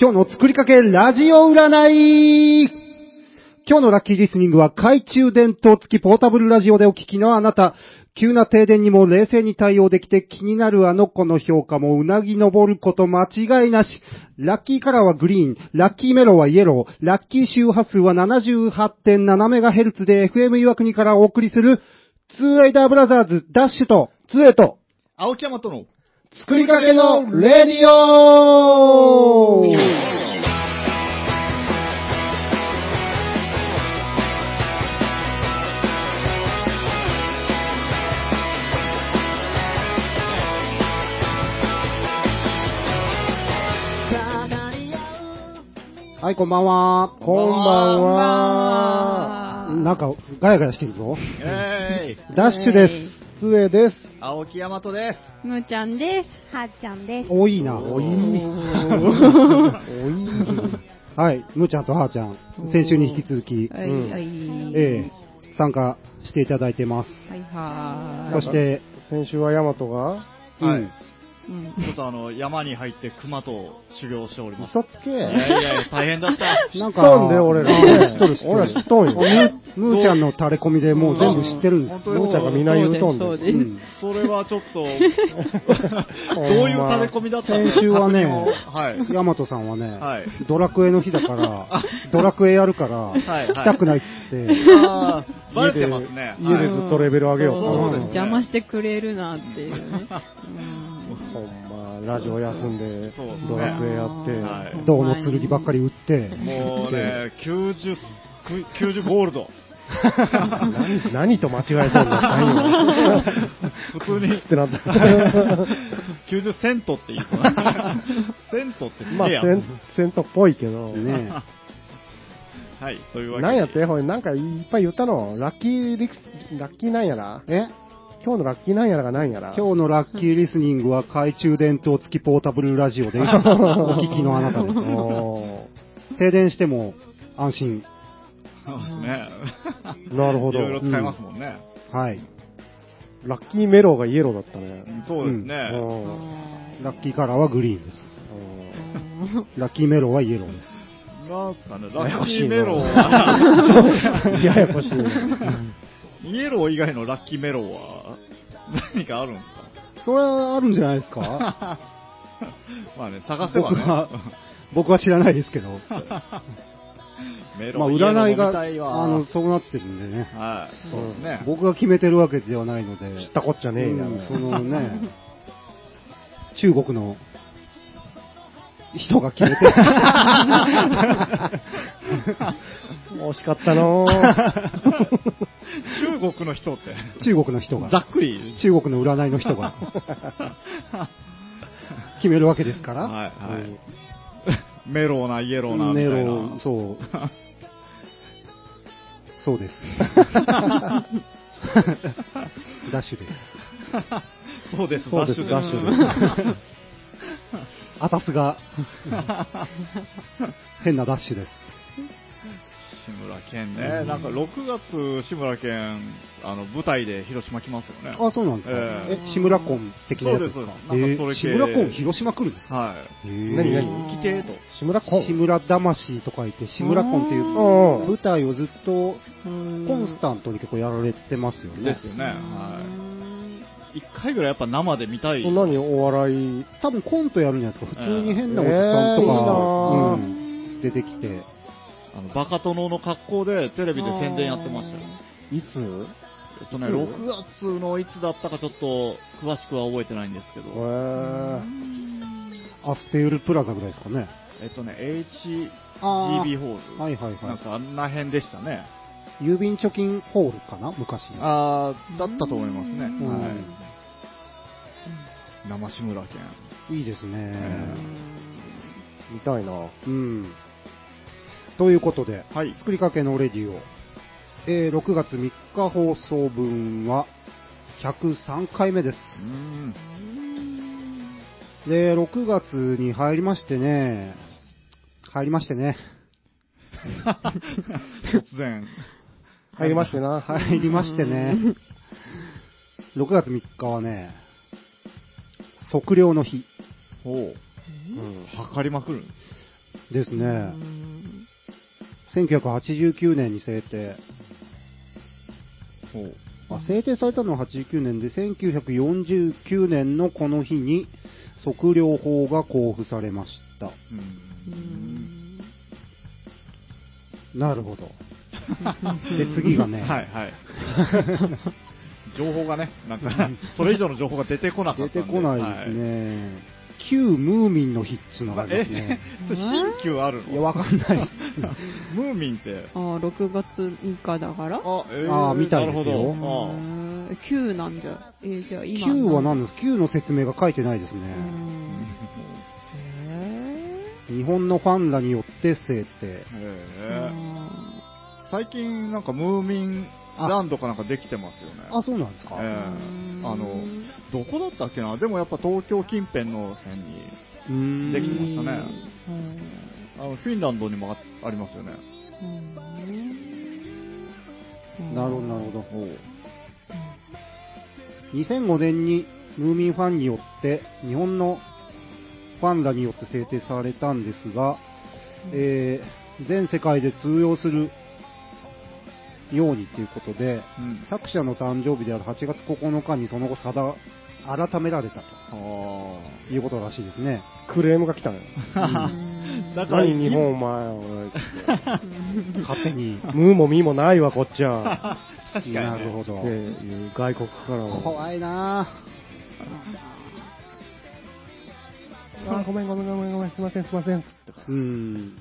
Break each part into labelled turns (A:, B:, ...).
A: 今日の作りかけラジオ占い今日のラッキーリスニングは懐中電灯付きポータブルラジオでお聞きのあなた。急な停電にも冷静に対応できて気になるあの子の評価もうなぎ登ること間違いなし。ラッキーカラーはグリーン、ラッキーメロはイエロー、ラッキー周波数は 78.7MHz で FM 岩国からお送りする、ツーエイダーブラザーズダッシュと、ツーエと、
B: 青木山との。
A: 作りかけのレディオはい、こんばんは。
B: こ
A: こん
B: んばんは
A: ばんはなんか、ガヤガヤしてるぞ。
B: えーい。
A: ダッシュです。つえです。
B: 青木山とです。
C: むーちゃんです。はっちゃんです。
A: 多いな。
B: おい
A: はい、むーちゃんとはーちゃん、先週に引き続き、
D: はい、
A: うん
D: はい。
A: ええ参加していただいてます。
D: はいは
A: そ
D: ーい。
A: して、
E: 先週はヤマトが、
B: は
A: う
B: い
A: ん。
D: うん
B: ちょっとあの、山に入って熊と修行しております。
E: 嘘つけ。
B: いやいやいや、大変だ った。
A: なん
E: 知っとんで、俺ら。
A: 知っ
E: っ
A: と
E: と
A: る
E: る
A: 知っとる
E: 俺ら知っとんよ。
A: むーちゃんの垂れ込みでもう全部知ってるんです。
B: うん
E: むーちゃんがみんな言うとん
D: そう
E: で。
D: です、
A: う
D: そうんで
B: それはちょっ と、どう いう垂れ込みだったんですか
A: 先週はね
B: はい。
A: ヤマトさんはね、
B: はい
A: ドラクエの日だから、ドラクエやるから、
B: いはい
A: 来たくないっつって、
B: あーバレて
E: 家で
B: ますね。
E: 家
B: は
E: で
B: い
E: ずっとレベル上げよう
B: そう
E: と
B: ですね
D: 邪魔してくれるなっていうね。うん
E: ほんま、ラジオ休んで
B: そうですね、
E: ドラクエやって、
B: はい
A: 銅の剣ばっかり売って、
B: もうね、90、90ゴールド。
E: 何何と間違えそうになったんよ。
B: 普通に
E: っ。てな った。
B: 90セント って言うのなセントって言
E: まあ、
B: えや。
E: センセントっぽいけど、
A: ね
B: はい、というわけで。
E: なんやってほい、なんかいっぱい言ったの。ラッキーリクス、ラッキーなんやら
A: え
E: 今日のラッキーなんやらがなんやら。
A: 今日のラッキーリスニングは懐中電灯付きポータブルラジ オでお聞きのあなたです。
E: おー
A: 停電しても安心。
B: そうですね。
E: なるほど
B: いろいろ使えますもんね。
A: はい。
E: ラッキーメロウがイエローだったね。
B: そうです
E: う
B: ね。
E: ん
A: ラッキーカラーはグリーンです。ラッキーメローはイエローです。
B: なんすかね、
E: やや
B: ラッ
E: こ
B: キ
E: しい
B: ー
E: な
B: メロウ は、
E: ややこしい。
B: イエロー以外のラッキーメロウは、何かあるんです
A: それはあるんじゃないです か
B: かまあね、探せ
A: 僕
B: ばね。
A: は、僕は知らないですけど。ま
B: メ
A: あ
B: ロウ、イエロー
A: 占い
B: みたい
A: が、
B: わ
A: あの、そうなってるんでね。
B: はい、そうですね。
A: 僕が決めてるわけではないので。
E: 知ったこっちゃねえや
A: うんそのね、中国の人が 決めて、
E: 惜しかったのー
B: 中国の人って、
A: 中国の人
B: ざ
A: が、
B: っくり。
A: 中国の占いの人が決めるわけですから、
B: はいはい。メロウな、イエローな、みた
A: メ
B: いな。
A: ロウそう。そうです。ダッシュです。
B: そうです、
A: そう
B: ダッ
A: で
B: シ
A: す
B: ュ
A: ダッシュ です。あたす が、変なダッシュです。
B: 志村けんね、なんか6月、志村けん、あの舞台で広島来ますよね。
A: あ、そうなんですか。
B: え
A: え、志村コン的なやつです
B: そう
A: か
B: です。
A: え
B: そうですな
A: ー志
B: んかそれ系
A: 村コン広島来るんですか
B: は
E: 何
A: 何
E: 何
B: い。来てと。
E: 志村コ
A: 志
E: ン。
A: 村魂と書いて、志村コンっていう
E: うん
A: 舞台をずっと
D: うん
A: コンスタントに結構やられてますよ
B: で
A: ね
B: す。よね。はい。一回ぐらいやっぱ生で見たい。
E: 何お笑い。
A: 多分コントやるんじゃないですか。普通に変なおじさん
E: えー
A: と
E: いいな
A: か
E: あ
A: うん出てきて。
B: あのバカ殿の格好でテレビで宣伝やってましたよ。
E: いつ
B: えっとね、6月のいつだったかちょっと詳しくは覚えてないんですけ
E: え
B: ど、
E: ー、
A: アステールプラザぐらいですかね。
B: えっとね、HGB
A: あー
B: ホール。
A: はいはい
B: な
A: は
B: んかあんな辺でしたね。
A: い。郵便貯金ホールかな昔。
B: あー、だったと思いますね。
A: うん
B: はい。生志村けん。
A: いいですね。
E: 見たいな。
A: うん。ということで、
B: はい。
A: 作りかけのレディオ、えー6月3日放送分は103回目です。
B: うーん。
A: で、6月に入りましてね、入りましてね、
B: 突然。
E: 入りましてな。
A: 入りましてね、6月3日はね、測量の日。
B: ほう。
E: うん
B: 測りまくる。
A: です
D: う
A: ね。
D: ん
A: 1989年に制定。
B: ほう。
A: あ制定されたのは89年で、1949年のこの日に測量法が公布されました。
B: う。
D: うんん
A: なるほど。で、次がね、
B: はいはい。情報がね、なんか、それ以上の情報が出てこなか
A: 出
B: ったんで。
A: てこないですね。 旧ムーミンの日っつうのが
B: は
A: あ
B: い。
A: ります
B: え
A: ね。、
B: それ新旧あるの
A: いや、わかんないです。
B: ムーミンって。
D: あー6月3日だから
B: あ、え
A: あーみたいですよ
B: なる
A: ー
B: ほど。
D: 9なんじゃ、えーじゃあ今
A: 旧は何ですか旧の説明が書いてないですね。
D: う
B: あ
D: んへ
A: 日本のファンらによって制定。
B: ーへー
D: ーあ
B: 最近なんかムーミンランドかなんかできてますよね。
A: あ、そうなんですか。
B: ええ
D: うん
B: あの、どこだったっけなでもやっぱ東京近辺の辺に、
A: うーん
D: ー
B: できてましたね
D: うん
B: あのフィンランドにもあありますよね。
D: うん
A: なるほど、なるほど。
B: おう
A: 2005年にムーミンファンによって、日本のファンらによって制定されたんですが、えー全世界で通用するようにということで、
B: うん
A: 作者の誕生日である8月9日にその後定、改められた
B: あ
A: ということらしいですね。
E: クレームが来たのよ。
B: あ。だから、
E: 何日
B: 今
E: 本お前、おい。
A: 勝手に。
E: ムーもミーもないわ、こっちは。
B: 確かにね
A: なるほど。
E: ねいう外国からは
A: 怖いな
E: あごめんごめんごめんごめん、すいませんすいません。
A: ぁ。うん。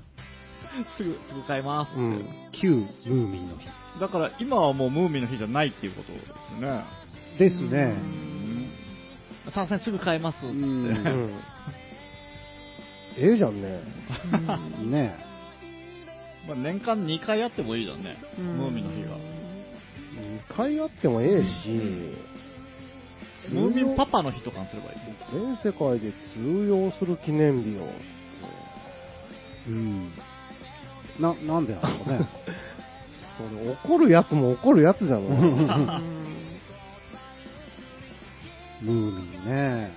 B: すぐ、すぐ買います。
E: うん。
A: 旧ムーミンの日。
B: だから今はもうムーミンの日じゃないっていうことですよね。
A: ですね。
B: うん。さすぐ買います。
A: うん。
E: ええじゃんね。
A: ね
B: まあ年間2回やってもいいじゃんね。
D: う
B: ムーミンの日が。
E: 2回あってもええし、
B: ムーミンパパの日とかにすればいい。
E: 全世界で通用する記念日を。
A: うん。な、なんでなんですかね。
E: それ怒るやつも怒るやつ じゃん。
D: うん
A: ムーミンね。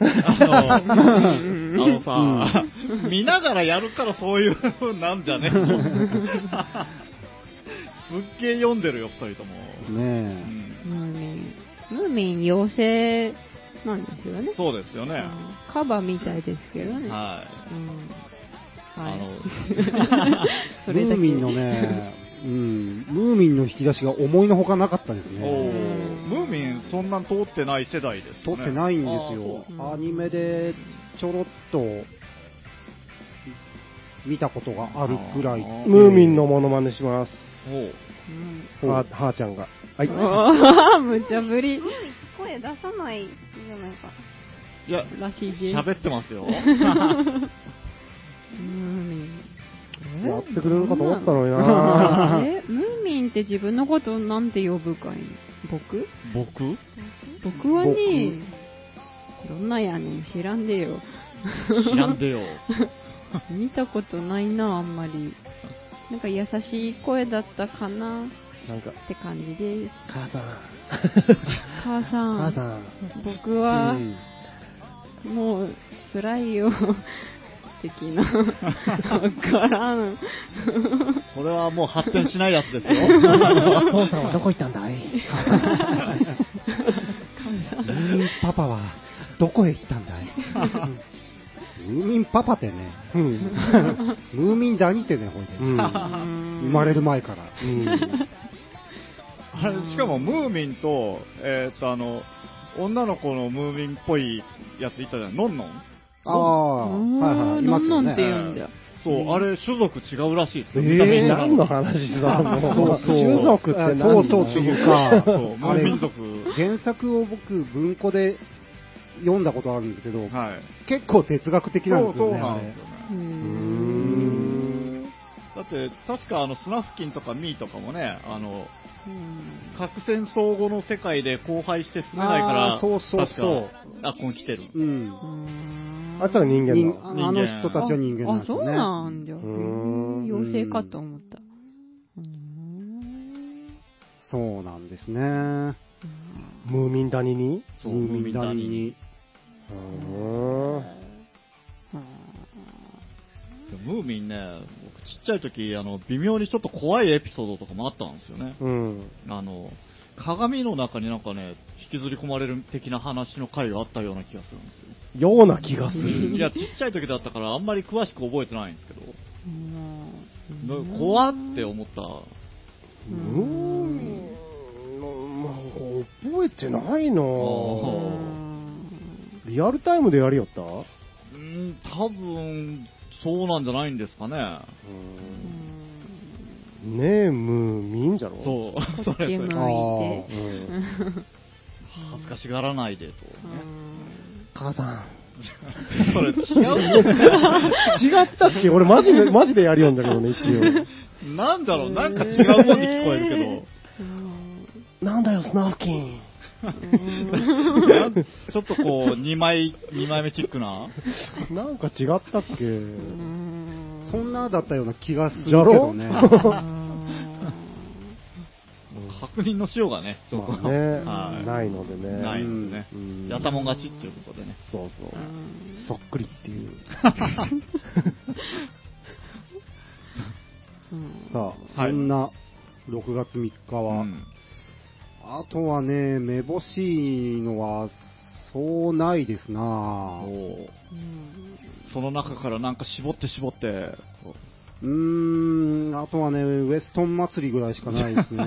B: あの、あのさ、見ながらやるからそういう風なんじゃねすっげえ読んでるよ、二人とも。う
A: ね
B: ん
D: ムーミンムーミン妖精なんですよね
B: そうですよね。
D: うんカバみたいですけどね、
B: はい。
D: うんは
B: あ
D: い
B: の、
A: え。
D: そ
A: ム
D: れ
A: ー
D: だけ
A: ミンのね、うん、ムーミンの引き出しが思いのほかなかったです
B: お
A: ね。
B: ームーミンそんなん通ってない世代です
A: 撮
B: ね。
A: ってないんです
D: あ
A: よ。
D: ー
A: アニメでちょろっと見たことがあるくらい
B: あ。ー
E: ムーミンのモノマネします。
B: あそう。
D: うん
E: はーはーちゃんが。はい。
D: あー無茶ぶり
C: 声出さないじゃないか。
B: いや、
D: らしいです
B: 喋ってま すよ。
D: ムーミンえ
E: やってくれるかと思ったのにな
D: えムーミンって自分のことなんて呼ぶかい僕
B: 僕
D: 僕はねどんなやねん知らんでよ
B: 知らんでよ。
D: 見たことないなあんまりなんか優しい声だったかな
E: なんか、
D: って感じです
E: 母さん、
D: 母さん
E: 母さん。
D: 僕
A: う
D: は、
A: ん
D: もう辛いよ的 なわからん
B: これはもう発展しないやつですよ。
E: お父さんはどこ行ったんだい
A: ムーミンパパはどこへ行ったんだいムーミンパパってね、
E: うん。
A: ムーミンダニってね、ほいで。
E: うん。
A: 生まれる前から。
E: うん。
B: あれ、しかもムーミンと、えーっと、あの、女の子のムーミンっぽいやついたじゃん、ノンノン
A: ああ、はいはい、い
D: な
A: ま
D: ん
A: す
D: な
A: よ
D: んて
A: ね。
D: 言うんじゃ
B: そう、あれ、種族違うらしいですよ。見た目
E: えー、
B: になる
E: 何の話だもう。種族って何
A: そうそう、種族か。
B: そう、ム
A: あ
B: ー
A: れ
B: ミン族。
A: 原作を僕、文庫で読んだことあるんですけど、
B: はい。
A: 結構哲学的なんです
B: そう
A: よ
B: そう
A: ね。
B: な
A: あ
B: ん
A: れ
B: ですよね。
D: う
A: うーん
D: ん
B: だって、確かあの、スナフキンとかミーとかもね、あの、
D: うん
B: 核戦争後の世界で荒廃して住めないから、
A: あーそうそうそう
B: 確か、あ、ここに来てる。
A: うん
E: あったら人間
A: 人
E: だ。
A: ああの人たちは人間なんですよね。
D: あ、そうなんだよ。へ
E: う
D: え
E: ーん
D: 妖精かと思った。うーん
A: そうなんですね。
E: ムーミン谷に
B: そう
A: ムーミンダニに。
E: うーん。
D: うーん
B: ムーミンね、僕ちっちゃい時、あの、微妙にちょっと怖いエピソードとかもあったんですよね。
E: うん。
B: あの、鏡の中になんかね、引きずり込まれる的な話の回があったような気がするんですよ。
E: ような気がする。
B: いや、ちっちゃい時だったから、あんまり詳しく覚えてないんですけど、
D: も
B: な怖って思った。
E: うーん。なんか覚えてないな
D: う
B: あ
D: ん
E: リアルタイムでやりよったう
B: うん、多分、そうなんじゃないんですかね。
E: ん。ねえ、ムーミンじゃろう。
B: そう、
D: こ
B: そ
D: っち
B: れそれ
D: 向いて
E: あーうん
B: 恥ずかしがらないでと。
E: 母さん。
B: それ違う
E: 違ったっけ俺マジで、マジでやりよんだけどね、一
B: なんだろう、なんか違うもんに聞こえる
E: 応。なんだよ、スナフキン。
B: けど、なんちょっとこう、2枚、二枚目チックな。
E: なんか違ったっけ
A: そんなだったような気がするけ
E: じ
A: ど
E: ゃろ
A: ね。
B: 確認のしようがね、ちょっと。
E: まあね
B: は
E: ないのでね
B: ないのでね
E: うん。
B: やったもん勝ちっていうことでね。
E: そうそう。そっくりっていう。さ
A: そんな6月3日は、
B: うん
A: あとはね、めぼしいのは、そうないですな
B: おーその中からなんか絞って絞って、こう
A: うーん、あとはね、ウェストン祭りぐらいしかないですね。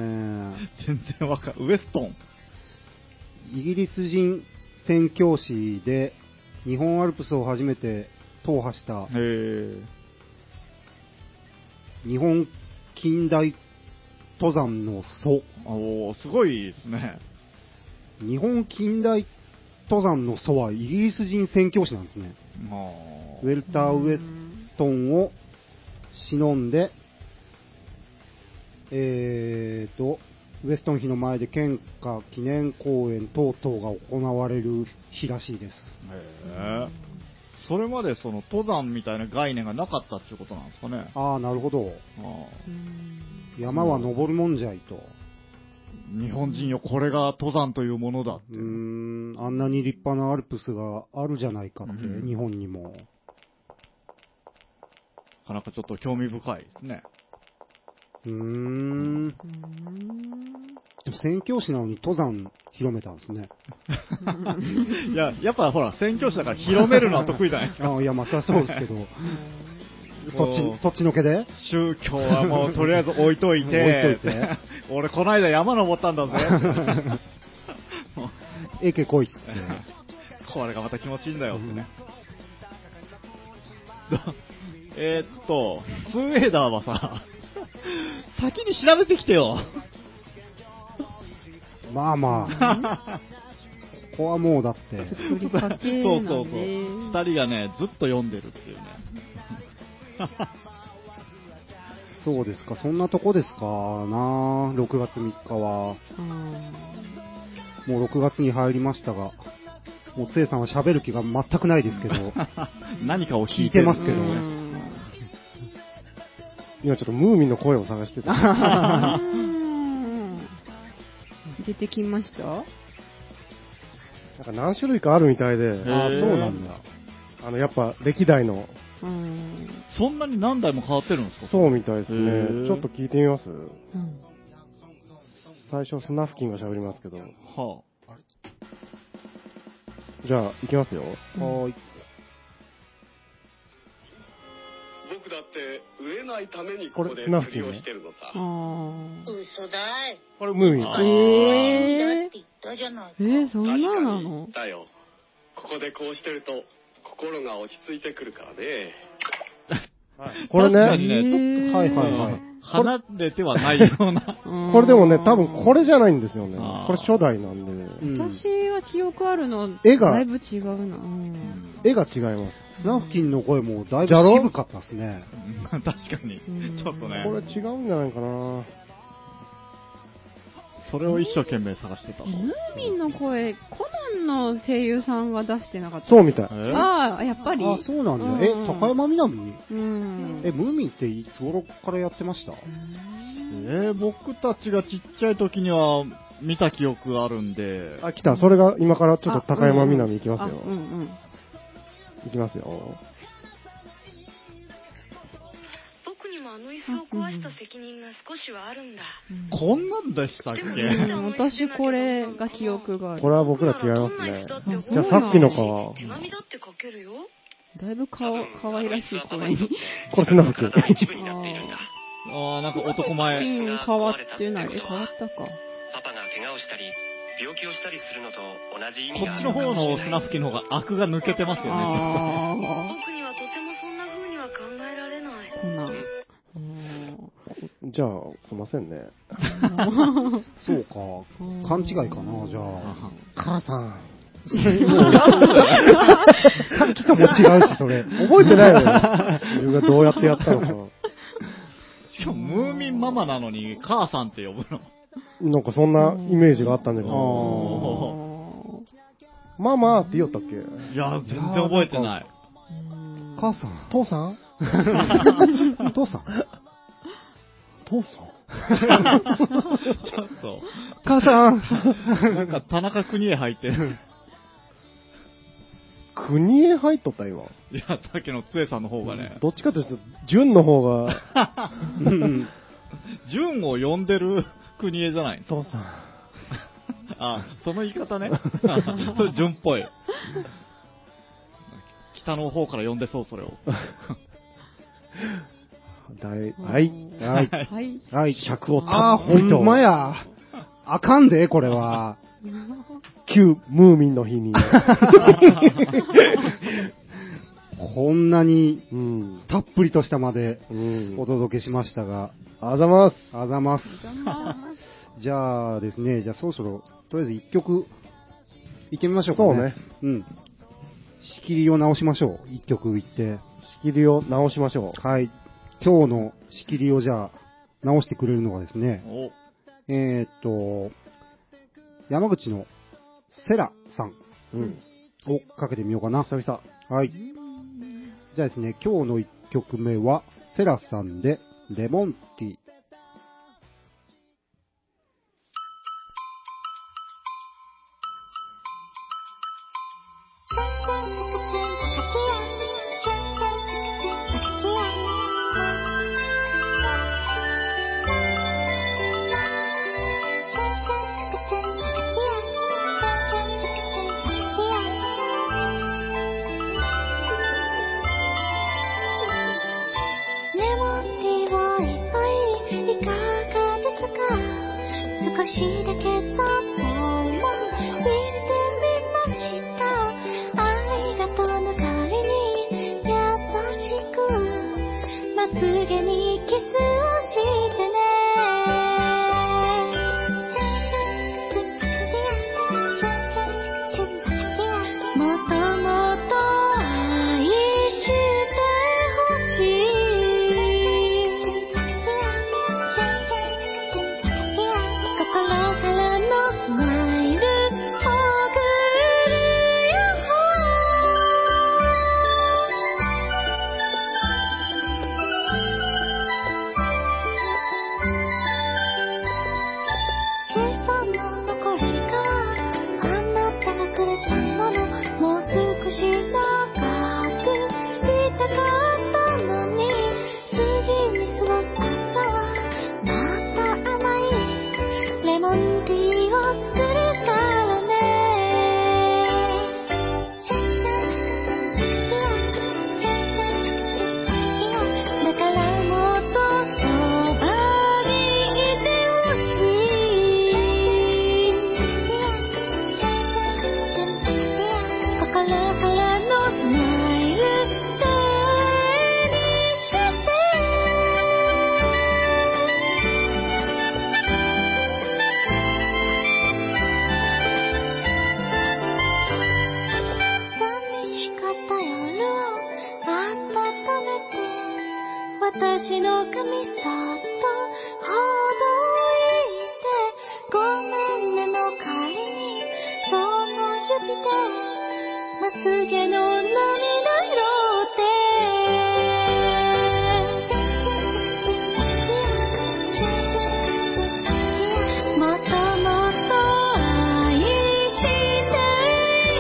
B: 全然わかる。ウエストン。
A: イギリス人宣教師で、日本アルプスを初めて踏破した
B: へえ。
A: 日本近代登山の祖。
B: おおすごいですね。
A: 日本近代登山の祖はイギリス人宣教師なんですね。
B: まあ
A: ウェルター・ウェストンを忍んで、えーと、ウェストン碑の前で県下記念公演等々が行われる日らしいです。
B: へえ。それまでその登山みたいな概念がなかったっていうことなんですかね。
A: ああ、なるほど。
B: あ
A: 山は登るもんじゃいと。
B: ー日本人よ、これが登山というものだって。
A: うーん、あんなに立派なアルプスがあるじゃないかって、
B: うん
A: 日本にも。
B: なかなかちょっと興味深いですね。
A: うーん。でも宣教師なのに登山広めたんですね。
B: いや、やっぱほら、宣教師だから広めるのは得意 じゃないですか。
A: ああ、いや、まあ、そりゃそうですけど。そっ
B: もう
A: ち、そっちのけで
B: 宗教はもうとりあえず置いとい
A: 置
B: て、
A: いといて
B: 俺この間山登ったん だぜ。 もう
A: えけこいっつって。
B: これがまた気持ちいいんだよってね。 えーっと、ツーエイダーはさ、先に調べてきてよ。
A: まあまあ、ここはもうだって。
D: 作りかけ
B: そ
D: な
B: うそうそう。
D: んで
B: 二人がね、ずっと読んでるっていうね。
A: そうですか、そんなとこですかな、6月3日は。もう6月に入りましたが、もうつえさんは喋る気が全くないですけど、
B: 何かを
A: 聞
B: 聞
A: い
B: い
A: て
B: て
A: ま
B: ますす
A: け
B: け
A: ど
B: ど
A: ね
B: ね。
E: 今ちょっとムーミンの声を探 してた。
D: うん出てきました
E: なんか何種類かあるみたいで、
B: ー
E: あそうなんだ。あの、やっぱ歴代の、
D: うん
B: そんなに何台も変わってるんですか
E: そうみたいです
B: へ
E: ね。
B: ー
E: ちょっと聞いてみます
D: うん
E: 最初スナフキンが喋りますけど。
B: は
E: じゃあ、行きますよ。
A: はい
F: 僕だって売れないために
E: こ
F: こ
E: れ
F: こで
E: スナフ
F: 釣
E: キン
F: り
E: ね
F: をしてるのさ、
D: あ
G: 嘘だい。
E: これムーミン。
B: あ
E: あ
D: えー
G: だって言ったじゃない
D: ーえー、そんな
F: 確か
D: なの
F: にだよここでこうしてると心が落ち着いてくるからね
E: これ
B: 確かに
E: ね、
B: ねちょ
D: えー
E: はいはいはい
B: あ。離れてはないような。
D: うん
E: これでもね、多分これじゃないんですよね
B: あー。
E: これ初代なんで
A: う、ん
D: 私は記憶あるの、
E: 絵が
D: だいぶ違うな。うん
E: 絵が違います。
A: スナフキンの声もだいぶ
E: じゃろ
A: 渋かったですね。
B: 確かに
D: うん。
B: ちょっとね
E: こ。れ違うんじゃないかな
B: それを一生懸命探してた。
D: ムーミンの声、コナンの声優さんは出してなかった。
E: そうみたい。
B: え
D: ああ、やっぱり。
A: あ、そうなんだ。え、
D: うん
A: 高山みなみ
D: うん。
A: え、ムーミンっていつ頃からやってました
B: えー僕たちがちっちゃい時には見た記憶があるんで、
E: あ、来た。それが今からちょっと高山みなみ行きますよ
D: あ。うんうん。
E: 行きますよ。
H: スを壊した責任が少しはあるんだ。
B: こんなんでしたっけ
H: でも
D: うん私これが記憶がある
E: これは僕ら違いますね。
D: じゃあさっきのか
H: 手紙だって書けるよ。
D: だいぶかわ可愛らしい声に
E: これなんか
F: 体の一部になっているんだ。
B: ああ、なんか男前。
D: うん変わってないえ変わったか
F: パパが怪我をしたり、病気をしたりするのと同じ意
B: こ
F: 味が
B: っ
F: あ
B: ち
F: る
B: の
F: のか
B: 方
F: もし
B: の
F: れ
B: ス
F: な
B: ナ
F: い。
B: フキの方が悪が抜けてますよね、
D: あ
H: 僕にはとてもそんな風には考えられない。
D: あコナンうん
E: じゃあ、すいませんね。
A: そうか。勘違いかな、じゃあ。
E: 母さん。
A: さっきとも違うし、それ。
E: 覚えてないのよ。 自分がどうやってやったのか。
B: しかも、ムーミンママなのに、母さんって呼ぶの。
E: なんかそんなイメージがあったんだけど。
B: お
E: ママって言おったっけ
B: ーいや、全然覚えてない。
A: 母さん。
E: 父さん
A: 父さん。
E: 父さ
B: ちょっと。
A: 母さん。
B: なんか、田中邦衛入ってる。
E: ん国へ入っとった今。
B: いや、さっきのつえさんの方がね、
E: どっちかというと、純の方が、
A: うん
B: 純を呼んでる国江じゃない
E: 父さん。
B: あ、その言い方 ね。それ純っぽい。北の方から呼んでそう、それを。
E: だい、はい、はい、
D: はい
E: はい、尺を
A: あー、
E: たっ
A: ほ
E: ぷりと。
A: んまや。あかんで、これは。
E: 旧ムーミンの日に。
A: こんなに
E: うん。
A: たっぷりとしたまで
E: うん。
A: お届けしましたが、
E: あざます。
A: あざます。
C: あ
A: じゃあですね、じゃあそろそろ、とりあえず一曲、いってみましょうかね。
E: そうね。
A: うん。仕切りを直しましょう。一曲いって。
E: 仕切りを直しましょ
A: はい。今日の仕切りをじゃあ、直してくれるのがですね、
B: お、
A: えー、っと、山口のセラさん
E: う。うん。
A: をかけてみようかな。久々。はい。じゃあですね、今日の一曲目は、セラさんで、レモンティー。
I: レモンティーを一杯いかがですか少しだけそをも見てみましたありがとうの代わりに優しくまつげにキスをしてねもっともっと愛してほしい心からのマイル送るよ計算の残りかはあなたがくれたものもう少し長くいたかったのに次に座った朝はまた甘いレモンティーを作るからねだからもっとそばにいてほしい心からのない歌にして寂しかった夜を温めて私の髪さっとほどいてごめんねの代わりにその指でまつげの涙拾ってもっともっと愛して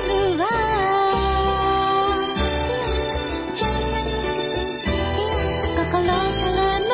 I: いるわ心からの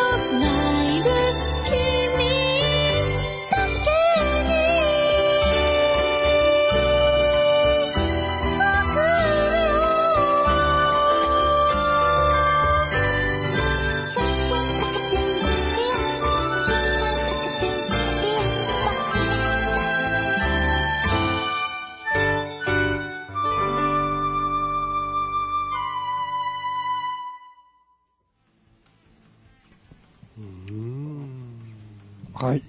A: はい。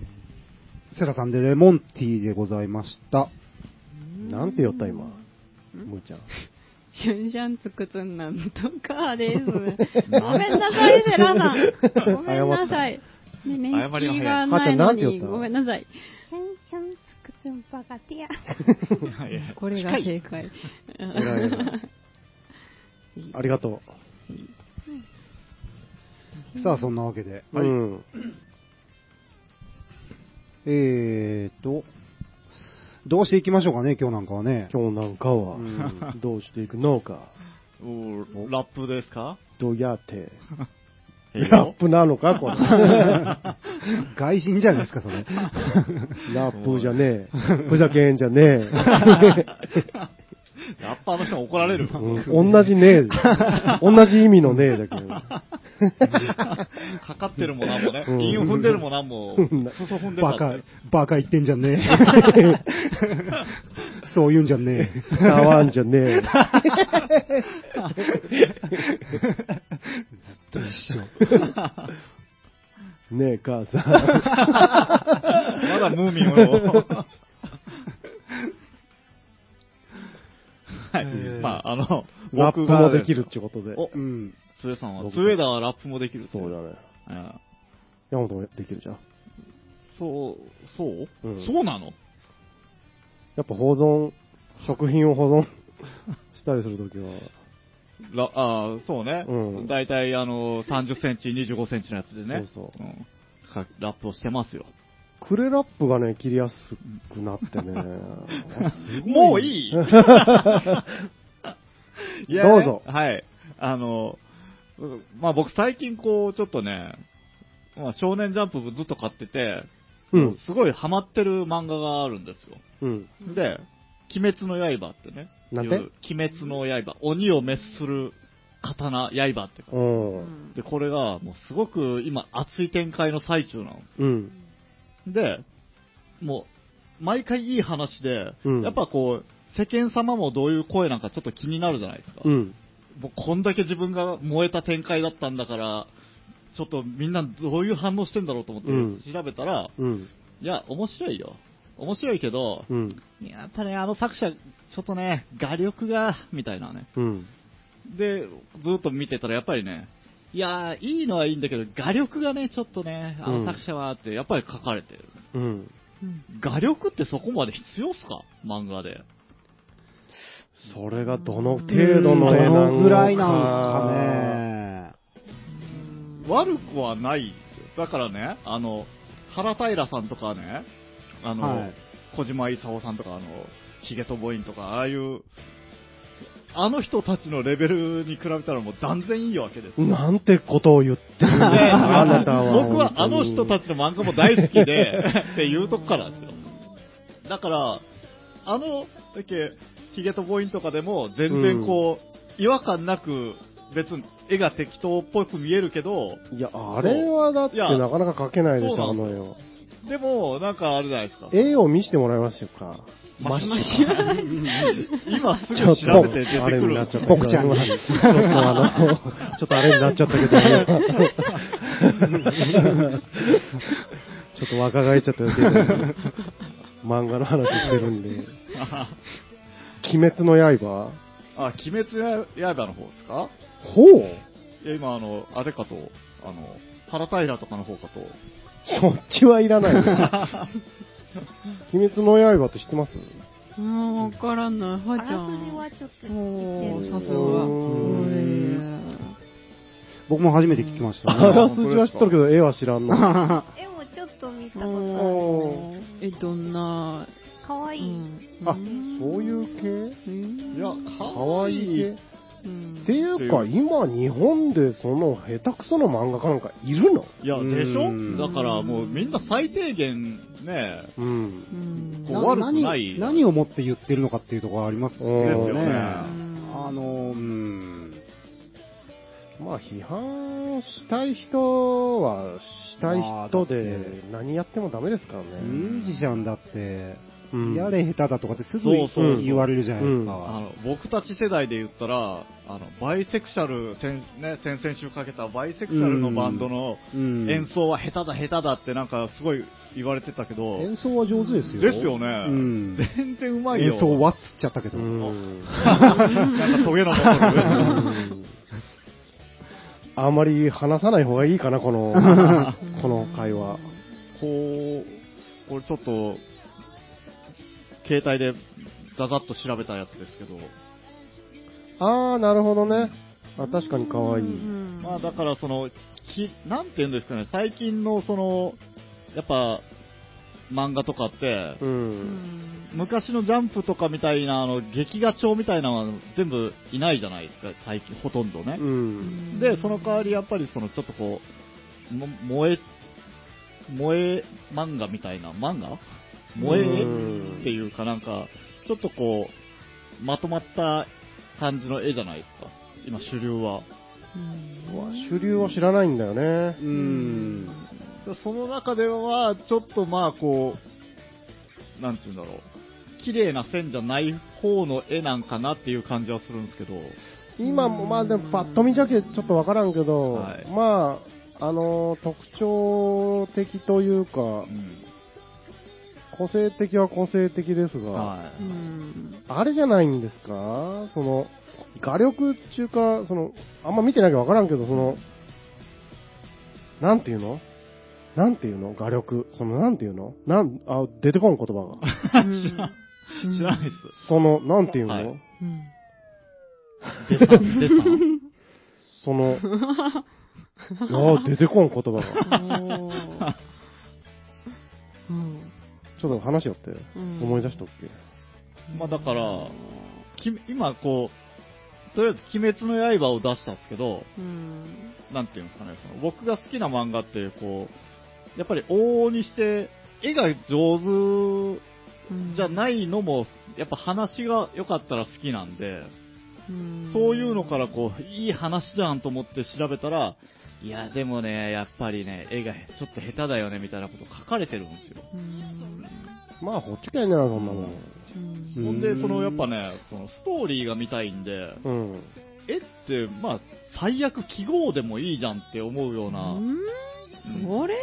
A: セラさんでレモンティーでございました。
E: なんて言った 今。むーちゃん。
D: シュンシャンツクツンなんとかです。ごめんなさい、セラさん。ごめんなさい。ね、面
B: 謝りが早い
D: 識がないの
E: 母ちゃんなんて言っ
D: に、
E: た
D: ごめんなさい。
C: シャンシャンつくつんばがてや。
B: いやいや
D: これが正解。
E: 偉い偉いありがと
A: さあ、そんなわけで。
E: う。うん。
A: えーと、どうしていきましょうかね、今日なんかはね。
E: 今日なんかは
A: う、ん
E: どうしていくのか。
B: おーラップですか
E: どうやって。ラッ
B: よ
E: プなのかこれ。ラ
A: 外人じゃないですか、それ。
E: ップじゃねえ。ふざけんじゃね
B: ラッパーの人も怒られる
E: え。。うん同じねえ。同じ意味のねえだけど。
B: かかってるもなんもね。
E: うん
B: 韻を踏んでるもなんも、そそ踏んでた
A: バ
B: って
A: カ、バカ言ってんじゃんねえ。そう言うんじゃんねえ。
E: 触んじゃねえ。
A: ずっと一緒。
E: ねえ、母さ
B: まだムーミ ンを。はい。まあ、あの、
E: ん。ラップ
B: 僕が
E: もできるってことで。
B: お
A: う、ん。
B: つえさんは、
E: 僕
B: つえだはラップもできる。
E: そうだね。
B: うん
E: 山本もできるじゃん。
B: そう、そう
E: うん
B: そうなの
E: やっぱ保存、食品を保存したりするときは、
B: らあーそうね
E: う。ん
B: だいたい、あの、30センチ、25センチのやつでね。
E: そう
B: う
E: そ
B: んかラップをしてますよ。
E: クレラップがね、切りやすくなってね。
B: もう いいいやね
E: どうぞ
B: はい。あの、うんまあ僕最近こう、ちょっとね、まあ少年ジャンプずっと買ってて、
E: うん。
B: すごいハマってる漫画があるんですよ。
E: うん。
B: で、鬼滅の刃ってね。
E: なんて
B: いう鬼滅の刃。鬼を滅する刀、刃って書いてある
E: うん。
B: で、これがもうすごく今熱い展開の最中なの。
E: うん。
B: で、もう、毎回いい話で、
E: うん
B: やっぱこう、世間様もどういう声なんかちょっと気になるじゃないですか。
E: うん。
B: もうこんだけ自分が燃えた展開だったんだから、ちょっとみんなどういう反応してんだろうと思って
E: うん
B: 調べたら、
E: うん。
B: いや、面白いよ。面白いけど、
E: うん。
B: やっぱね、あの作者、ちょっとね、画力が、みたいなね。
E: うん。
B: で、ずっと見てたらやっぱりね、いやー、いいのはいいんだけど、画力がね、ちょっとね、あの作者はって、やっぱり書かれてる。
E: うん。
B: 画力ってそこまで必要っすか漫画で。
E: それがどの程度の絵なのか。
A: どのぐらいなん
B: 悪くはない。だからね、あの、原平さんとかね、
A: すかね。
B: あの、
A: はい。
B: 小島勲さんとか、あの、ヒゲとボインとか、ああいう、あの人たちのレベルに比べたらもう断然いいわけです。
E: なんてことを言ってるんだ、
B: ね
E: あなたは。
B: 僕はあの人た
E: ち。
B: ちの漫画も大好き で、っていうとこからですよ。だから、あの、だっけ、ヒゲとボインとかでも、全然こう、違和感なく、別に絵が適当っぽく見えるけど、
E: いや、あれはだって
B: いや
E: なかなか描けないでしょ、
B: そ
E: あ
B: うな
E: の
B: ん
E: 絵を。
B: でも、なんかあるじゃないですか。
E: 絵を見せてもらいましょうか。
B: マシ 今すぐ調べて出て
E: あれ
B: く
E: にな
B: る
E: っちゃった。
A: 僕ちゃんに
E: ちょっとあの、ちょっとあれになっちゃったけど、ちょっと若返っちゃっただけで、漫画の話してるんで、鬼滅の刃
B: あ、鬼滅の刃の方ですか
E: ほう
B: いや、今、あの、あれかと、あの、原平とかの方かと。
E: そっちはいらないよ。鬼滅の刃って知ってます
D: うん、わからない、
C: あ
D: は
C: ら
D: ちゃ
C: すじは
D: ん。
C: ちょっと
D: お
C: 知
D: ー、
C: っ
D: さ
C: て
D: す
C: る。
D: が。おい
A: 僕も初めて聞きました、
E: あ
A: ね。
E: らすじは知っとるけど、絵は知らんの。
C: 絵もちょっと見たこと
D: おーえ、どんな、
C: かわ
D: う
C: いい。
D: ん。
E: あ
D: うん
E: そういう
D: う
E: 系
D: ん
B: いや、
E: か
B: か
E: わ
B: わ
E: い
B: い
E: い
B: い。
E: 系
D: うん
E: っていうか、今日本でその下手くそな漫画家なんかいるの
B: いや、でし
A: う
B: ょ
A: ん
B: だからもうみんな最低限ね、
E: うん。
D: うん
B: こ
A: な
B: う悪く
A: 何
B: ない
A: 何をもって言ってるのかっていうところはありますけどね。
E: ですよね
A: あの、うん。
E: まあ、批判したい人はしたい人で、何やってもダメですから
A: ミ
E: ね。
A: ュージシャンだって、
E: うん
A: やれ下手だとかってすぐ
B: そうそうそう
A: 言われるじゃないです
B: あ
A: か。
B: の僕たち世代で言ったら、あのバイセクシャル先、ね、先々週かけたバイセクシャルのバンドの
A: うん
B: 演奏は下手だ、下手だってなんかすごい言われてたけど、
A: 演奏は上手ですよ。
B: ですよね、
A: ん
B: 全然うまいよ。
A: 演奏はっつっちゃったけど。
E: うん
B: なんかトゲ の残る
E: あまり話さない方がいいかな、こ の、この会話。
B: こう、これちょっと、携帯でざざっと調べたやつですけど、
E: あー、なるほどね。あ、確かに可愛い。
B: まあだからその、きなんていうんですかね、最近のその、やっぱ、漫画とかって、
E: うん。
B: 昔のジャンプとかみたいな、あの、劇画調みたいなのは全部いないじゃないですか、最近、ほとんどね
E: う。ん。
B: で、その代わりやっぱりその、ちょっとこう、も萌え、萌え漫画みたいな、漫画萌
E: うん
B: えっていうかなんか、ちょっとこう、まとまった感じの絵じゃないですか、今主流は。
E: 主流は知らないんだよね
A: う。ん。
B: その中では、ちょっとまあこう、なんていうんだろう、綺麗な線じゃない方の絵なんかなっていう感じはするんですけど、
E: 今も、まあでも、パッと見じゃけちょっとわからんけど、
B: はい
E: まあ、あのー、特徴的というか
B: う、ん
E: 個性的は個性的ですが、
B: はい
E: あれじゃないんですかその、画力っていうか、その、あんま見てなきゃわからんけど、その、なんていうのなんていうの画力。その、なんていうのなん、あ、出てこん言葉が。
B: 知らないっす。
E: その、なんていうの、
B: はいデッサンデッサン
E: そ の、あ、出てこん言葉が。ちょっと話し合って、
D: うん
E: 思い出しとっけ。
B: まあだから、き今こう、とりあえず鬼滅の刃を出したんですけど、なんていうんですかね、その僕が好きな漫画って、こう、やっぱり往々にして、絵が上手じゃないのも、やっぱ話が良かったら好きなんで、そういうのからこう、いい話じゃんと思って調べたら、いや、でもね、やっぱりね、絵がちょっと下手だよね、みたいなこと書かれてるんですよ。
E: まあ、ほっちゃいんねえな、そんなもん。
A: うん
B: ほんで、その、やっぱね、その、ストーリーが見たいんで、
E: うん。
B: 絵って、まあ、最悪記号でもいいじゃんって思うような、
D: うんそれ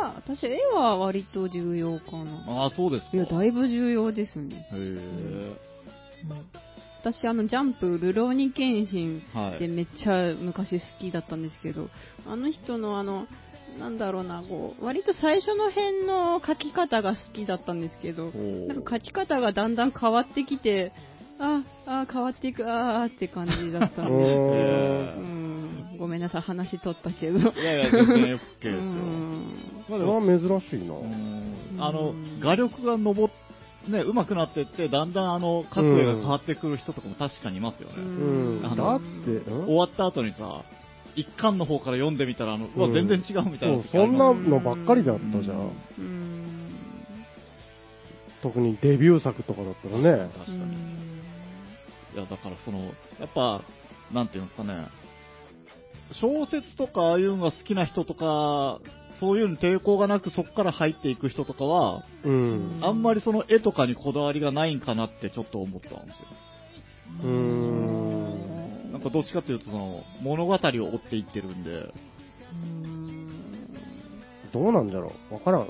D: は、私、絵は割と重要かな。
B: ああ、そうですか。
D: いや、だいぶ重要ですね。
B: へえ。
D: 私、あの、ジャンプ、ルローニケンシン
B: は
D: で
B: い。
D: めっちゃ昔好きだったんですけど、あの人のあの、なんだろうな、こう、割と最初の辺の描き方が好きだったんですけど、なんか描き方がだんだん変わってきて、あ、あ、変わっていく、あーって感じだった
E: う
D: ん で、
E: ーん。
D: うん、ごめんなさい、話取ったけど。
B: いやいや、全然 OK です
D: う
B: よ。
D: ん
B: まあ
E: それ
B: でも
E: は珍しいな。
B: あの、画力が上っね、上手くなってって、だんだんあの、角度が変わってくる人とかも確かにいますよね。
E: うん。だ
B: あ
E: っ
B: の
E: て、ん
B: 終わった後にさ、一巻の方から読んでみたら、あの、うわ、
E: うん
B: 全然違うみたい
E: そう
B: な時あります。
E: そんなのばっかりだったじゃ
B: うん
E: ん。
D: うん
E: 特にデビュー作とかだったらね。
B: 確かに。いや、だからその、やっぱ、なんていうんですかね、小説とかああいうのが好きな人とか、そういうのに抵抗がなくそこから入っていく人とかは、
E: うん。
B: あんまりその絵とかにこだわりがないんかなってちょっと思ったんです
E: うーん。
B: よ。なんかどっちかっていうとその物語を追っていってるんで、
E: どうなんだろう。わからん。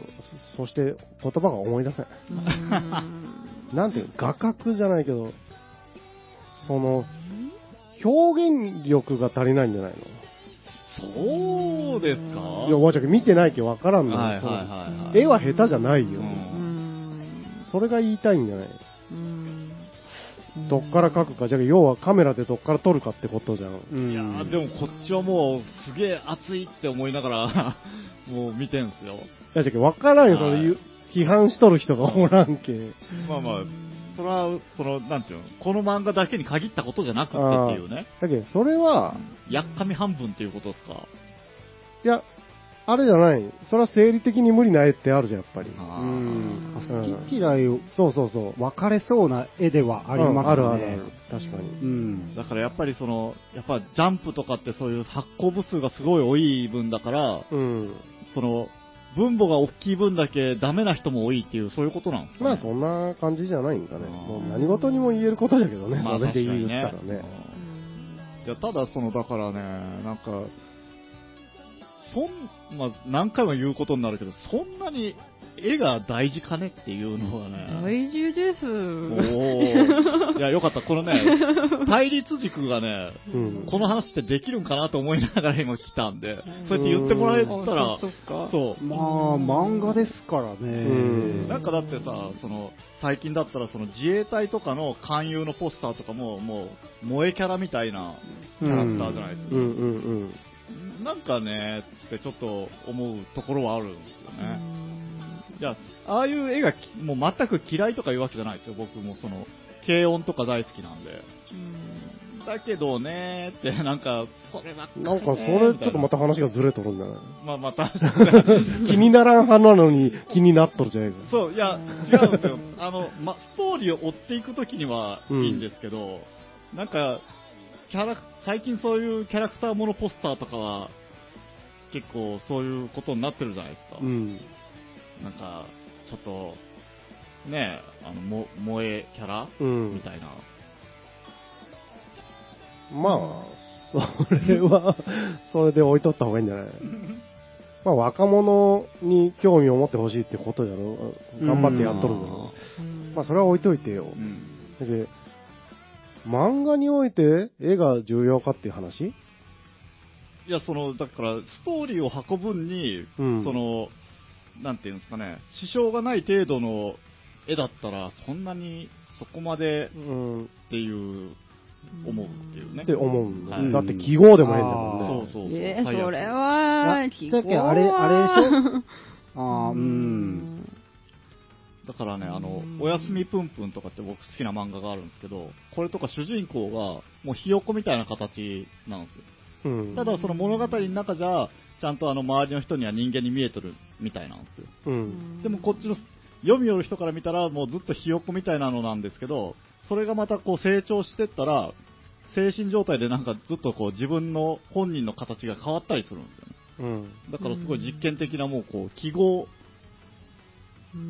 E: そそして、言葉が思い出せない。なんていうの画角じゃないけど、その、表現力が足りないんじゃない
B: そうですか
E: のいや、わちゃけ見てないけどわからんのよ
B: はいはいはいはい
E: そう絵は下手じゃないよ。
B: うん
E: それが言いたいんじゃないどっから描くか。じゃあ、要はカメラでどっから撮るかってことじゃん。
B: いやーでもこっちはもうすげえ熱いって思いながら もう見てんすよ。
E: いや、じゃけわからんよ、
B: は
E: そ
B: い
E: れ言う、批判しとる人がおらんけ。
B: まあまあ、それは、その、なんていうの、この漫画だけに限ったことじゃなくてっていうね、
E: だけど、それは、
B: やっかみ半分っていうことですか。
E: いや、あれじゃない。それは生理的に無理な絵ってあるじゃん、やっぱり。
B: あ
A: う
B: ー
A: ん
E: あ
A: 好き嫌いを
E: そうそうそう。
A: 分かれそうな絵ではありますね。
E: うんあるあるある。確か
A: う
E: に。
A: ん。
B: だからやっぱりその、やっぱジャンプとかってそういう発行部数がすごい多い分だから、
E: うん。
B: その、分母が大きい分だけダメな人も多いっていう、そういうことなんですか、ね、
E: まあそんな感じじゃないんだね。
B: あー
E: もう何事にも言えることだけどね、
B: まあ
E: それで言っ
B: 確か
E: た
B: らにね
E: ね。
B: いや、ただその、だからね、なんか、そん、まあ、何回も言うことになるけど、そんなに絵が大事かねっていうのはね。
D: 大事です。
B: おおーいや、よかった。このね、対立軸がね、
E: うん
B: この話ってできるんかなと思いながら今来たんで、そうやって言ってもらえたら
D: あ、そっか。
B: そ
A: まあ、漫画ですから
B: う。
E: ん
A: ね。
B: なんかだってさ、その、最近だったらその自衛隊とかの勧誘のポスターとかも、もう、萌えキャラみたいなキャラクターじゃないですか
E: うんうん
B: なんかね、ってちょっと思うところはあるんですよね。いや、ああいう絵がきもう全く嫌いとかいうわけじゃないですよ、僕もその、軽音とか大好きなんで。だけどねーって、なんか、そればっか
E: う
B: り
E: ん。
B: ね
E: なん
B: ー
E: かそれちょっとまた話がずれとるんじゃない
B: まあまた、
E: 気にならん派なのに気になっとるじゃないか。
B: そう、いや、違うんです よ。あの、ま、ストーリーを追っていくときにはいいんですけど、なんか、キャラク、最近そういうキャラクターものポスターとかは、結構そういうことになってるじゃないですか。
E: うん。
B: なんか、ちょっと、ねえ、あの、も、萌えキャラ、
E: うん
B: みたいな。
E: まあ、それは、それで置いとった方がいい んじゃないまあ若者に興味を持ってほしいってことだろう。頑張ってやっとるんだろう。まあそれは置いといてよ。
B: うん。
E: で、漫画において絵が重要かっていう話
B: いや、その、だから、ストーリーを運ぶに、
E: うん
B: その、なんていうんですかね、支障がない程度の絵だったら、そんなにそこまで
E: うん。
B: っていう、思うっていうね。
E: って思うんだ。
B: はい
E: だって記号でも変だ
B: そ
E: もん
B: う
E: ね。
B: そう。
D: えー
B: 最悪
D: それ
A: い
D: は
A: や、
D: 希
A: だ
D: 望
A: っけあれあれで
D: は
A: ああ、うん。
B: だからね、あの、おやすみぷんぷんとかって僕好きな漫画があるんですけど、これとか主人公が、もうひよこみたいな形なんですよ。
E: うん。
B: ただその物語の中じゃ、ちゃんとあの周りの人には人間に見えてるみたいなんですよ。
E: うん。
B: でもこっちの読み寄る人から見たら、もうずっとひよっこみたいなのなんですけど、それがまたこう成長してったら、精神状態でなんかずっとこう自分の本人の形が変わったりするんですよね。
E: うん。
B: だからすごい実験的なもうこう記号、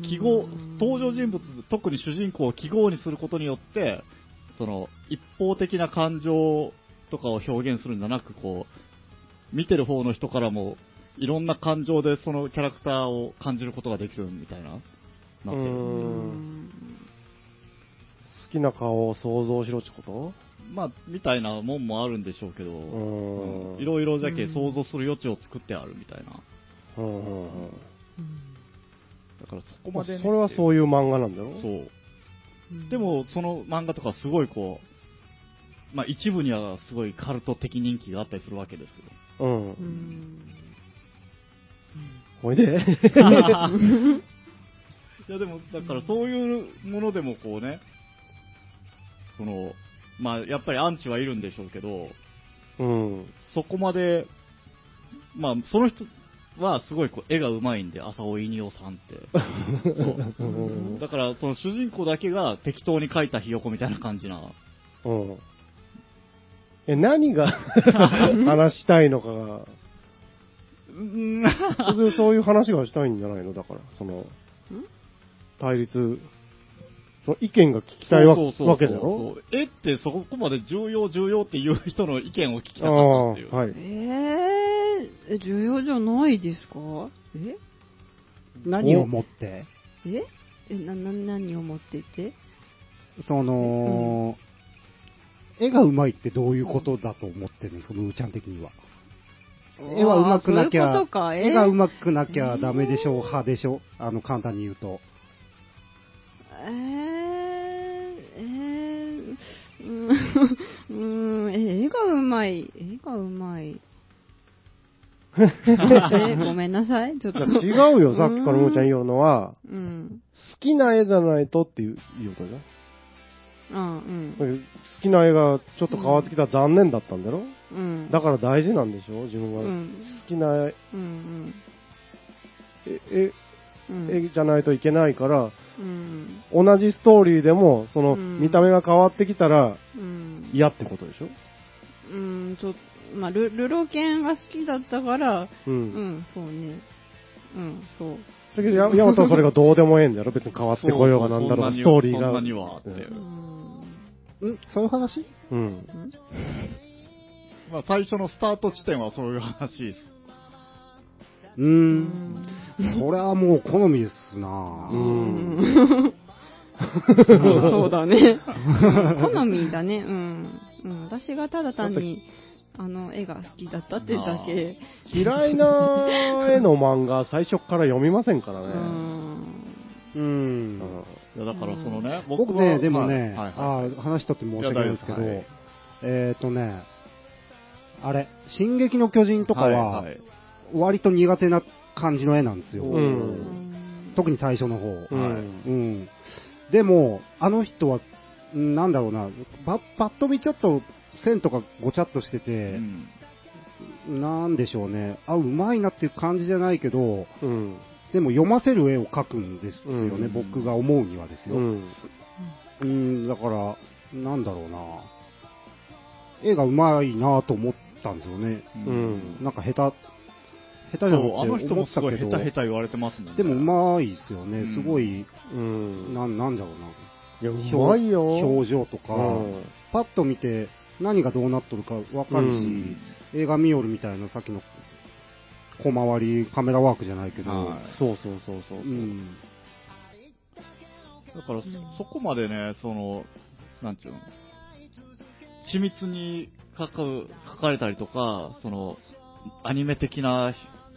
B: 記号、登場人物、特に主人公を記号にすることによって、その一方的な感情とかを表現するんじゃなく、こう、見てる方の人からも、いろんな感情でそのキャラクターを感じることができるみたいな、なって
E: う
B: る。
E: ん好きな顔を想像しろってこ
B: まあ、みたいなもんもあるんでしょうけど、
E: と
B: うん
E: うん。
B: いろいろじゃけ想像する余地を作ってあるみたいな。
E: うんうんうん。
B: だからそこ
E: ま
B: ま
E: あそ
B: で、ね。
E: れはそういう漫画なんだろ
B: そう。でも、その漫画とかすごいこう、まあ一部にはすごいカルト的人気があったりするわけですけど。
E: う。う
D: う。
E: ん
D: ん、
E: おいで。
B: いやでも、だからそういうものでもこうね、その、まあやっぱりアンチはいるんでしょうけど、
E: うん。
B: そこまで、まあその人はすごいこう絵が上手いんで、浅尾稲夫さんって。そう
E: うん。
B: だから、その主人公だけが適当に描いたひよこみたいな感じな。
E: うん。え、何 が話したいのかが、
B: うん。
E: それでそういう話がしたいんじゃないのだから、その、対立、その意見が聞きたいわわけだろ
B: そう絵ってそこまで重要重要っていう人の意見を聞きた
E: あ
B: か
E: あ
B: ったっていう。
E: はい。
D: えー、え重要じゃないですかえ
A: 何をもって
D: ええな、な、何を持っていて
A: その、絵がうまいってどういうことだと思ってるのそのうーちゃん的には。絵はうまくなき
D: あーそうい
A: ゃ
D: うこと、か、え
A: 絵がうまくなきゃダメでしょう、派でしょあの、簡単に言うと。
D: えー、えー、うーん、 うーんえ絵がうまい、絵がうまい。えごめんなさい、ちょっと。
E: 違うよ、さっきからもーちゃん言うのは、
D: うん。
E: 好きな絵じゃないとっていう、言うことだ。
D: あ
E: だけど好きな絵がちょっと変わってきたら残念だったんだろ
D: うん。うん。
E: だから大事なんでしょ自分が
D: うん
E: 好きな絵、
D: うん
E: え
D: う
E: え
D: ん。
E: 絵じゃないといけないから、
D: うん。
E: 同じストーリーでも、その、
D: うん
E: 見た目が変わってきたら
D: うん。
E: 嫌ってことでしょ
D: うん、ちょっと、まあ、ルルロケンが好きだったから、
E: う。
D: うんん、そうね。うん、そう。
E: だけど、やヤマトはそれがどうでもええんだろ。別に変わってこようがなんだろう、
B: そそ
E: ストーリー
B: そん
E: が。
B: なにはって。
D: うん
A: んそういう話
E: うん。
B: まあ、最初のスタート地点はそういう話です。
A: うーん。それはもう好みですなぁ。
E: うん。
D: そうそうだね。好みだね、うん。うん、私がただ単に、あの絵が好きだったってだけ。
E: 嫌いな絵の漫画、最初から読みませんから
D: う
E: ね。
D: ん。
A: うん。
B: いや、だからそのね、
A: 僕
B: は
A: ね、でもね、
B: はいはい
A: あー話したって申し訳ないんですけど、
B: いや大丈夫です
A: えっ、ー、とね、あれ、進撃の巨人とかは、
B: いい
A: 割と苦手な感じの絵なんですよ。
E: う。
D: うんん
A: 特に最初の方。
E: う
B: はい
E: ん。
A: うん。でも、あの人は、んなんだろうな、ばぱっと見ちょっと線とかごちゃっとして
B: う
A: て、
B: ん
A: なんでしょうね、あ、うまいなっていう感じじゃないけど、
E: うん。
A: でも読ませる絵を描くんですよね、
E: うん
A: 僕が思うにはですよ。
E: う
A: うん、
E: ん。
A: だから、なんだろうな、絵がうまいなと思ったんですよね。
E: う
B: うん
E: ん。
A: なんか下手、下手じ
B: そ
A: ゃな
B: う
A: くて
B: あの人
A: 思
B: も
A: っ
B: す
A: た
B: ご
A: け
B: い下
A: ど、
B: 手下手言われてますもんね。
A: でもうまいですよね、
B: うん
A: すごい、
E: うん。
A: なんなんだろうな。
E: いや、う
A: 表
E: まいよ。
A: 表情とか、
E: うん
A: パッと見て何がどうなっとるかわかるし、
E: うん
A: 映画見よるみたいなさっきの小回りカメラワークじゃないけど、
B: は
E: そうそうそうそう。
A: うん、
B: だから、そこまでね、その、なんていうの、緻密に書く、書かれたりとか、その、アニメ的な、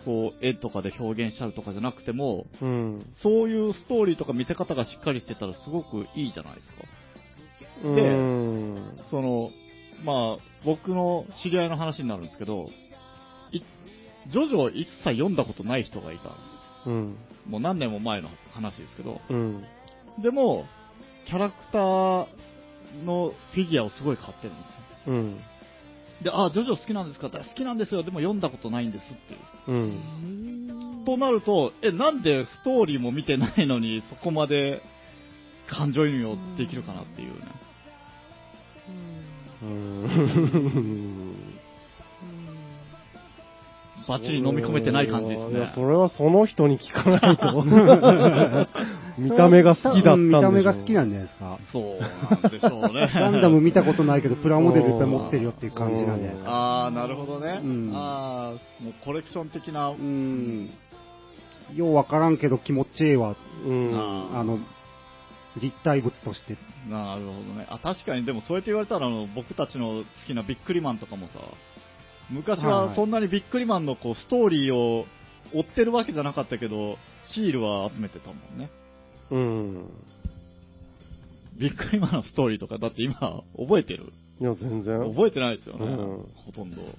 B: こう、絵とかで表現したりとかじゃなくても、
E: うん。
B: そういうストーリーとか見せ方がしっかりしてたらすごくいいじゃないですか。
E: で、うん。
B: その、まあ、僕の知り合いの話になるんですけど、いジョジョを一切読んだことない人がいた。
E: うん。
B: もう何年も前の話ですけど、
E: うん。
B: でも、キャラクターのフィギュアをすごい買ってるんで
E: うん。
B: すよ。で、あ、ジョジョ好きなんですかって、好きなんですよ、でも読んだことないんですっていう。
E: うん。
B: となると、え、なんでストーリーも見てないのに、そこまで感情移入をできるかなっていうね。
E: うん。
B: バッチリ飲み込めてない感じです
E: いや、そ
B: ね。
E: れはその人に聞かな いと。見た目が好きだった
A: うんん
E: でしょ
A: 見た目が好きなんじゃないですか
B: そうなんでしょうね
A: 。ガンダム見たことないけどプラモデルいっぱい持ってるよっていう感じなんじゃないですか
B: ああ、なるほどね。
A: うん
B: ああ、もうコレクション的な。
A: うん、ようわからんけど気持ちええわ
E: うん。
A: あ
B: あ
A: の立体物として
B: ーなるほどね。あ、確かに、でもそうやって言われたら、あの、僕たちの好きなビックリマンとかもさ、昔
A: はいは
B: はいそんなにビックリマンのこう、ストーリーを追ってるわけじゃなかったけど、シールは集めてたもんね。
E: うん。
B: ビックリマンのストーリーとか、だって今、覚えてる
E: いや、全然。
B: 覚えてないですよね。
E: うん
B: ほとんど。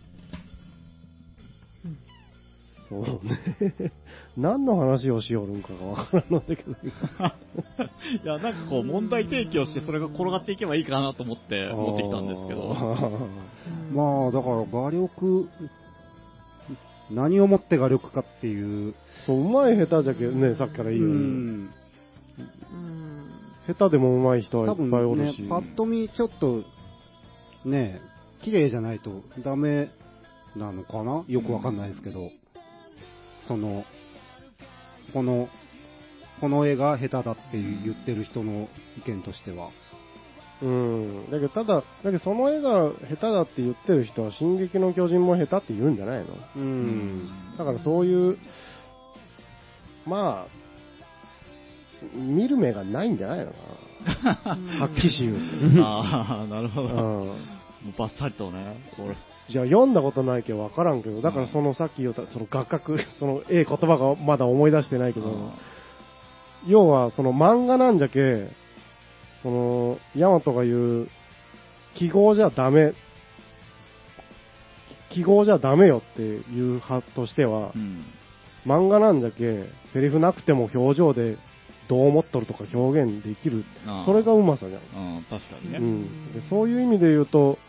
E: そうね。 何の話をしよるんかがわからんのだけど。
B: いや、なんかこう、問題提起をして、それが転がっていけばいいかなと思って持ってきたんですけど。
A: まあだから画力何をもって画力かっていう
E: そう、うまい下手じゃけね、さっきから言うよう
A: う
E: に。
A: ん
D: うん
E: 下手でもうまい人はい
A: 多
E: っぱいお
A: 分
E: る
A: ね
E: し。、
A: パッと見ちょっと、ね、綺麗じゃないとダメなのかなよくわかんないですけど、その、この、この絵が下手だって言ってる人の意見としては。
E: うん。だけど、ただ、だけどその絵が下手だって言ってる人は、進撃の巨人も下手って言うんじゃないの
A: う。
B: うん
E: だからそういう、まあ、見る目がないんじゃないのかな。はっきし言 う
B: ああ、なるほ
E: と。
B: ど。も
E: うん。
B: うバッサリとね、俺。
E: じゃあ読んだことないけど分からんけど、だからそのさっき言った、その画角、そのええ言葉がまだ思い出してないけど、要はその漫画なんじゃけ、その、ヤマトが言う、記号じゃダメ、記号じゃダメよっていう派としては、
B: うん。
E: 漫画なんじゃけ、セリフなくても表情でどう思っとるとか表現できる。
B: あー
E: それがうまさじゃん。
B: うん、確かに
E: う
B: ね。
E: んで。そういう意味で言うと、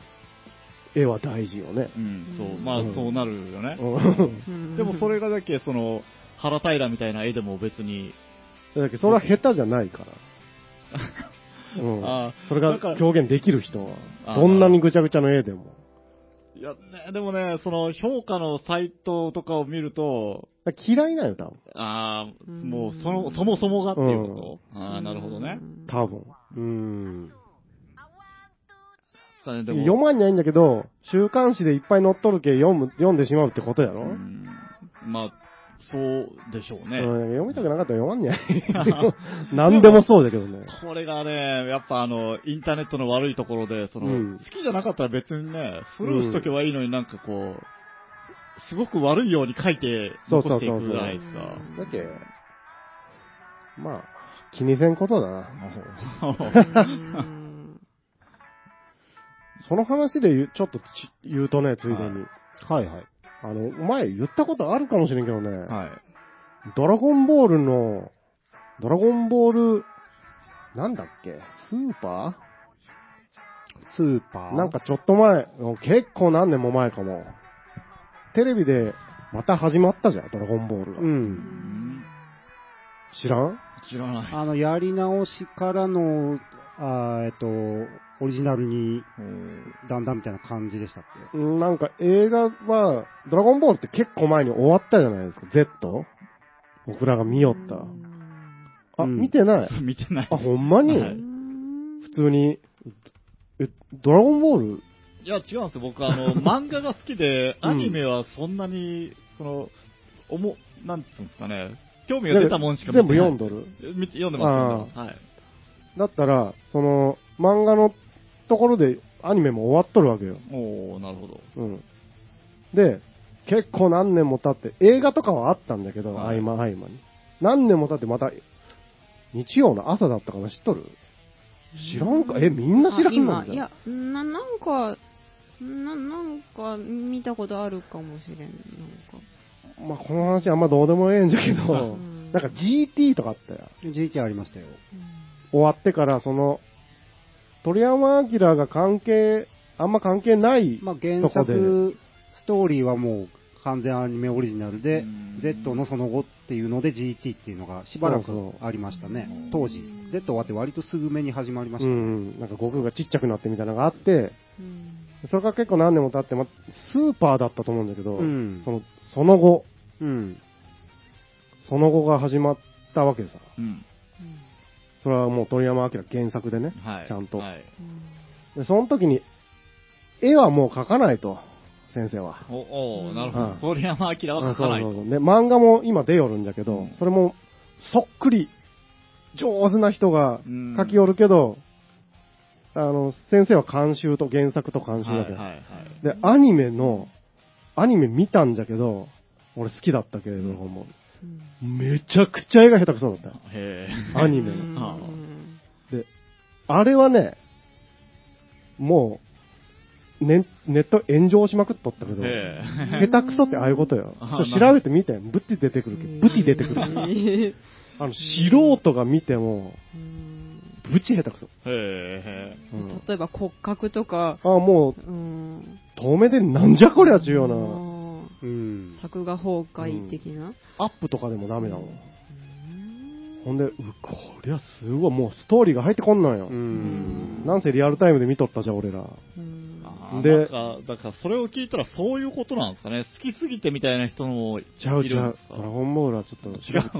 E: 絵は大事よね。
B: うん、そう、まあ
E: うん
B: そうなるよね。
E: うん
D: うん
B: でもそれがだけ、その、原平みたいな絵でも別に、
E: だけどそれは下手じゃないから。うん
B: あー
E: それが
B: だから
E: 表現できる人
B: あ
E: は、
B: ー
E: どんなにぐちゃぐちゃの絵でも。
B: いや、ね、でもね、その評価のサイトとかを見ると、
E: 嫌いなんよ、多分。
B: ああ、
D: うん
B: もうその、そもそもがっていうこと。ああ、なるほどね。
E: 多分。うん。
B: だねで
E: 読まんにゃいいんだけど、週刊誌でいっぱい載っとるけ読む、読んでしまうってことやろ、
B: う
E: うん
B: まあ、そうでしょうね。
E: 読みたくなかったら読まんにゃい。 何でもそうだけどね。
B: これがね、やっぱあの、インターネットの悪いところで、その、
E: うん
B: 好きじゃなかったら別にね、スルーしとけばいいのになんかこう、すごく悪いように書いて
E: そう
B: 残
E: そうそ
B: し
E: う
B: ていくじゃないですか。
E: だっけ、まあ、気にせんことだな。
D: うん
E: その話で言う、ちょっとち言うとね、ついでに。
B: はい
E: はいはい。あの、前言ったことあるかもしれんけどね、
B: はい。
E: ドラゴンボールの、ドラゴンボール、なんだっけスーパ
A: スーパ
E: ー
A: ー。
E: なん、かちょっと前、結構何年も前かも。テレビで、また始まったじゃん、ドラゴンボールが。
A: うん。
B: うん
E: 知らん
B: 知らない。
A: あの、やり直しからの、あーえっと、オリジナルに、だんだんみたいな感じでしたっ
E: うんなんか映画は、ドラゴンボールって結構前に終わったじゃないですか、Z? 僕らが見よった。あ、
A: うん
E: 見てない
B: 見てない
E: あ、。ほんまに、
B: はい
E: 普通に、え、ドラゴンボール
B: いや、違うんですよ。僕、あ の、漫画が好きで、
E: うん
B: アニメはそんなに、その、おも、なんつうんですかね、興味が出たもんしか見て
E: 全
B: な
E: 部
B: い。
E: 読んどる。
B: 見て読んでます、読んでます。はい。
E: だったら、その、漫画のところでアニメも終わっとるわけよ。
B: おー、なるほど。
E: うん。で、結構何年も経って、映画とかはあったんだけど、
B: はい
E: 合間合間に。何年も経ってまた、日曜の朝だったから知っとる知らんかえ、みんな知ら
D: あ
E: んの
D: 今、い
E: じゃん
D: や、な、なんか、な、なんか見たことあるかもしれん。なんか。
E: まあ、この話あんまどうでもええんじゃけ
D: う
E: ど、
D: ん
E: なんか GT とかあったよ。
A: け ?GT ありましたよ。
E: 終わってから、その、鳥山明が関係、あんま関係ない、
A: まあ、原
E: そこで
A: 作、ストーリーはもう完全アニメオリジナル
B: う
A: で
B: ん、
A: Z のその後っていうので GT っていうのがしばらく
E: そうそう
A: ありましたね。当時、Z 終わって割とすぐめに始まりまし
E: う
A: た。
E: ん、なんか悟空がちっちゃくなってみたいなのがあって、
D: うん
E: それが結構何年も経って、ま、スーパーだったと思うんだけど、
A: うん
E: そのその後、
A: うん。
E: その後が始まったわけでさ、
B: うん。
E: それはもう鳥山明原作でね、
B: はい。
E: ちゃんと、
B: はい。
E: で。その時に、絵はもう描かないと、先生は。
B: お、おーなるほ
E: うん
B: ど。鳥山明は書かない
E: う
B: と。
E: んそうそうそうで、漫画も今出よるんだけど、
B: うん
E: それも、そっくり、上手な人が
B: うん
E: 書きよるけど、あの、先生は監修と原作と監修
B: はい
E: だ
B: は
E: け
B: い
E: ど、
B: はい。
E: で、アニメの、アニメ見たんじゃけど、俺好きだったけれども、めちゃくちゃ絵が下手くそだったよ。
B: へ
E: アニメ
D: う
E: の。
D: ん
B: あ
E: で、あれはね、もう、ね、ネット炎上しまくっとったけど、
B: え。へえ。
E: 下手くそってああいうことよ。ち
B: あ
E: ょっと調べてみて、ブティ出てくるけど、ブティ出てく
D: う
E: る。
D: ん
E: あの、素人が見ても、
D: うん
E: ブチ下手くそ。
B: へえ。
E: うん
D: 例えば骨格とか、
E: あ、もう、
D: うん。
E: 遠目でなんじゃこりゃ重要な。
D: な。
A: うん。
D: 作画崩壊的な。
E: アップとかでもダメだもん。
D: うん
E: ほんで、う、こりゃすごい、もうストーリーが入ってこんなんよ。
A: うん
E: なんせリアルタイムで見とったじゃん、俺ら。
D: うん
B: あー
E: で
B: なんか、だからそれを聞いたらそういうことなんですかね。好きすぎてみたいな人もい
E: ちゃう
B: る
E: ちゃ
B: ん
E: う
B: で。すか
E: ドラゴンボールはちょっと
B: 違うんですか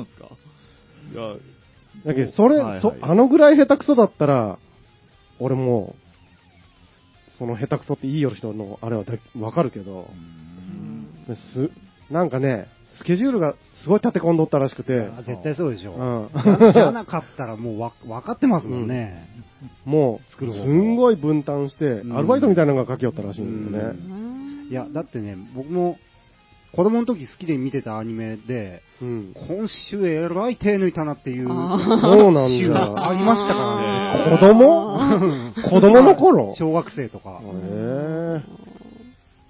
B: いや、
E: だけど、それ、
B: はいはい
E: そ、あのぐらい下手くそだったら、俺もう、その下手くそっていいよる人のあれはだわかるけど、す、なんかね、スケジュールがすごい立て込んどったらしくて、
A: あ絶対そうでしょ。
E: うん
A: じゃなかったらもうわ 分かってますもんね。
E: も
A: 作
E: う、
A: る方
E: す
A: 法
E: んごい分担して
A: う、ん
E: アルバイトみたいなのが書きよったらしいんだよね。
D: うん
A: いや、だってね、僕も子供の時好きで見てたアニメで、
E: うん。
A: 今週えらい手抜いたなっていう
D: あ
E: そうなん
A: 週が
E: だ。
A: ありましたから
E: 子
A: ね。
E: 供子供の頃
A: 小学生とか、
E: へえ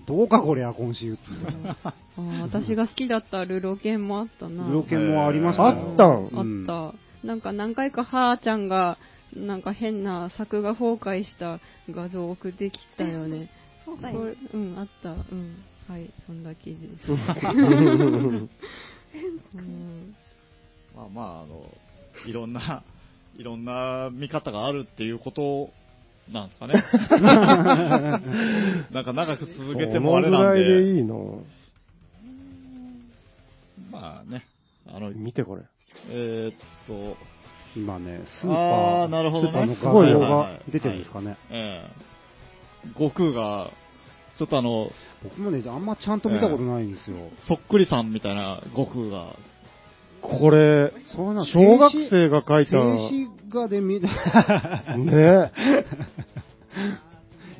A: どうかこりゃ今週っつって。
D: あー私が好きだったルロケンもあったな。
A: 料件もありました
E: あ
A: よ
E: ったん
D: あった。なんか何回かはーちゃんが、なんか変な作画崩壊した画像を送ってきたよね。
C: そうだ
D: こ
C: よ
D: れ。うん、あった。うん。はい、そんだけです。うん
B: まあまあ、あの、いろんな、いろんな見方があるっていうことなんですか ね。なんか長く続けてもあれ
E: そのぐ
B: なん
E: らい
B: で、
E: でいいの。
B: まあね、あの、
E: 見てこれ。
B: えーっと、
A: 今ね、スー
B: あ
A: パ
B: ー
A: ー、
B: なるほどね
A: スーパーの
B: す
A: 画
B: ごい
A: 像
B: はいはいは
A: が
B: い
A: 出てるんですかね。
B: ええ悟空が、ちょっとあの、
A: 僕もね、あんまちゃんと見たことないんですよ。
B: そっくりさんみたいな悟空が、
E: これ、
A: そうなん
E: 小学生が描いた、
A: 静止画で見、
E: ね。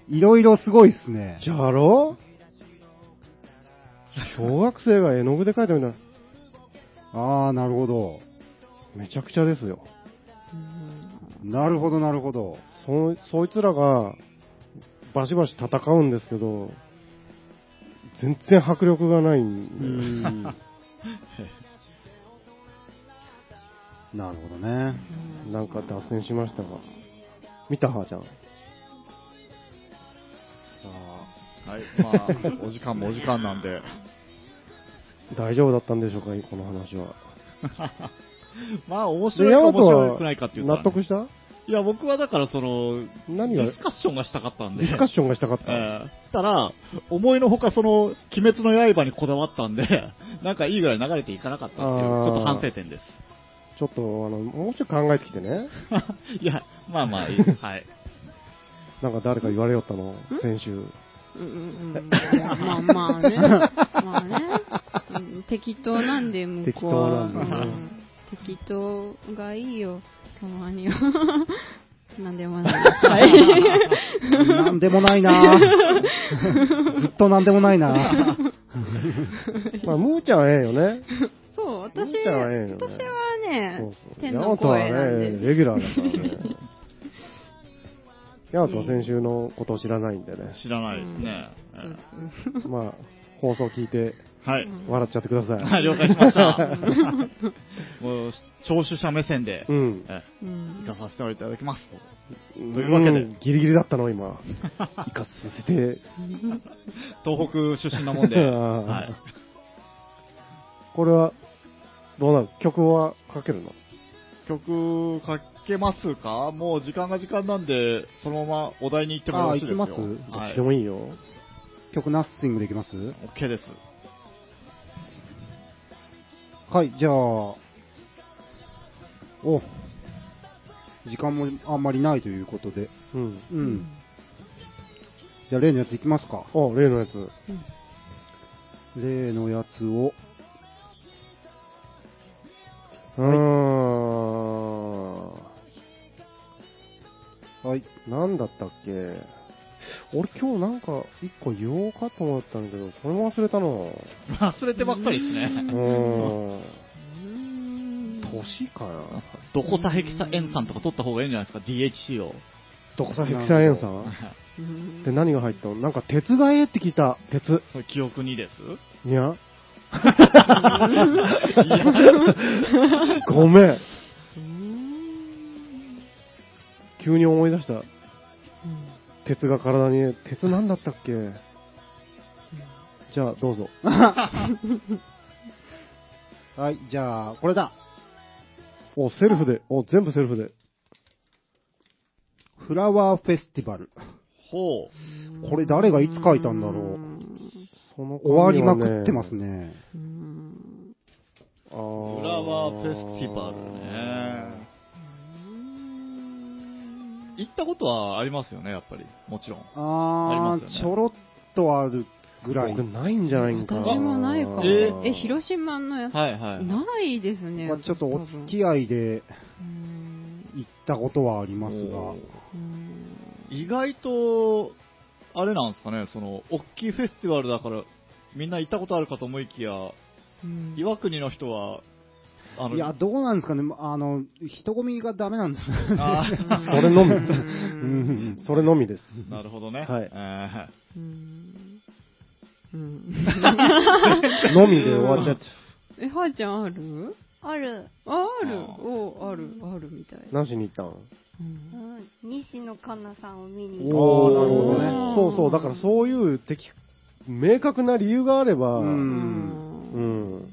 A: いろいろすごいっすね。
E: じゃろ小学生が絵の具で描いたみたいな。
A: ああ、なるほど。
E: めちゃくちゃですよ。
A: なるほど、なるほど。
E: そ、そいつらが、バシバシ戦うんですけど、全然迫力がないんで。
A: なるほどね。
E: なんか脱線しましたが。見たはじゃん。
B: さあ、はい、まあ、お時間もお時間なんで、
E: 大丈夫だったんでしょうか、この話は。
B: まあ、面
E: で、
B: 白い
E: ヤ
B: か
E: マ
B: 面
E: ト
B: 白
E: は
B: くないかっていう
E: 納得した
B: いや、僕はだから、その、
E: 何
B: デ
E: が
B: ィスカッションがしたかったんで、
E: ディスカッションがしたかった。
B: ええたら、思いのほかその、鬼滅の刃にこだわったんで、 なんかいいぐらい流れていかなかったっていう、ち
E: あー
B: ょっと反省点です。
E: ちょっと、あの、もうちょい考えてきてね。
B: いや、まあまあいい。はい。
E: なんか誰か言われよったの、先週。
D: うんうんうん。まあまあね。まあね。うん適当なんで、向こうは。
E: 適当なんだ
D: うん適当がいいよ、たまには。なんでもない。
A: なんでもない なずっとなんでもないな
E: まあ、ムーちゃんはええよね。
D: そう、私、
E: 見
D: 私
E: たら
D: は
E: ええよね
D: ね
E: そうそう、。
D: 天
E: ヤ
D: の
E: マトは
D: 声
E: ね
D: なんで、す。
E: レギュラーだから ね。ヤマトは先週のことを知らないんで ね。
B: 知らないですね。
D: うん
B: え
E: まあ、放送聞いて
B: えはい。
E: 笑っちゃってくださ。
B: はいい、 了解しました。もう、聴取者目線で、
E: うん。
B: ええ
D: うん
B: 行かさせていただきます。
E: と
B: いうわけで
E: ギリギリだったの、今。行かせて。
B: 東北出身なも んで、
E: あー
B: はい。
E: これは、どうなる曲はかけるの
B: 曲かけますかもう時間が時間なんで、そのままお題に行ってもよろしいですよ。
A: あ行き
E: ど
B: は
E: っ
B: い
E: ちでもいいよ。
A: 曲ナッシングできます
B: OK です。
A: はい、じゃあ、お、時間もあんまりないということで。
E: うん。
A: うん。じゃあ例のやついきますか。
E: あ、例のやつ。
A: 例のやつを。
E: うーん。
A: はい。
E: なんだったっけ俺今日なんか一個言おうかと思ったんだけど、それも忘れたの。
B: 忘れてばっかりです
E: う
B: ね。
E: ーん。年かな
B: どこたヘキサエンさんとか取った方がいいんじゃないですか ?DHC を。
E: どこさヘキサエン酸って何が入ったのなんか鉄がええって聞いた。鉄。
B: それ記憶にです
E: にゃ ごめん。急に思い出した。鉄が体にええ、鉄なんだったっけじゃあどうぞ。
A: はい、じゃあ、これだ。
E: お、セルフで。お、全部セルフで。
A: フラワーフェスティバル。
B: ほう。
A: これ誰がいつ書いたんだろ
E: その
A: う。終わりまくってます
E: ね。
A: ね。
B: フ
E: フラ
B: ラワーフェスティバルね。。行ったことはありますよね、やっぱり。もちろん。あ
A: あ
B: り
A: ー、
B: ますよね
A: ちょろっとあるぐらい
E: 僕。ないんじゃないんかな。
D: 私もないかも。
B: え
D: え、広島のやつ、
B: はいはい。
D: ないですね。
A: まあ、ちょっとお付
D: 合い。
A: き合いで
D: うん
A: 行ったことはありますが
B: お。ー
D: うん
B: 意外と、あれなんですかね、その、大きいフェスティバルだから、みんな行ったことあるかと思いきや、
D: うん
B: 岩国の人は、あの、
A: いや、どうなんですかね。あの、人混みがダメなんですね。
B: あー
E: それのみ。う
D: うん
E: んそれのみです。
B: なるほどね。
E: はい
B: え
D: うんうん
E: のみで終わっちゃって。
D: え、はーちゃんある
C: ある。
D: あ、ある。
B: あー
D: おある、あるみたい。
E: 何しに行ったん
D: うん
C: うん。西野カナさんを見に行っ
E: お
A: ーなるほどね
E: そうそう、だからそういう的、明確な理由があれば、
A: う
E: うん。
A: ん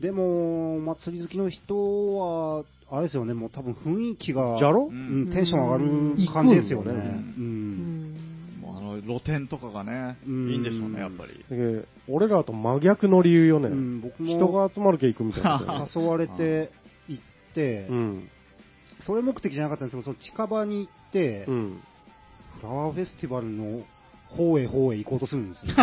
A: でも、祭り好きの人は、あれですよね、もう多分雰囲気が、
E: じゃろ
A: うん、テンション上がる感じですよね。う
E: う
A: んん。
B: もうあの露店とかがね、い
A: うん
B: いんでしょうね、やっぱり。
E: だけど俺らと真逆の理由よね。
A: うん僕も
E: 人が集まる系行くみたいな。
A: 誘われて行って、
E: うん。
A: それ目的じゃなかったんですけど、その近場に行って、
E: うん。
A: フラワーフェスティバルの方へ方へ行こうとするん ですよ。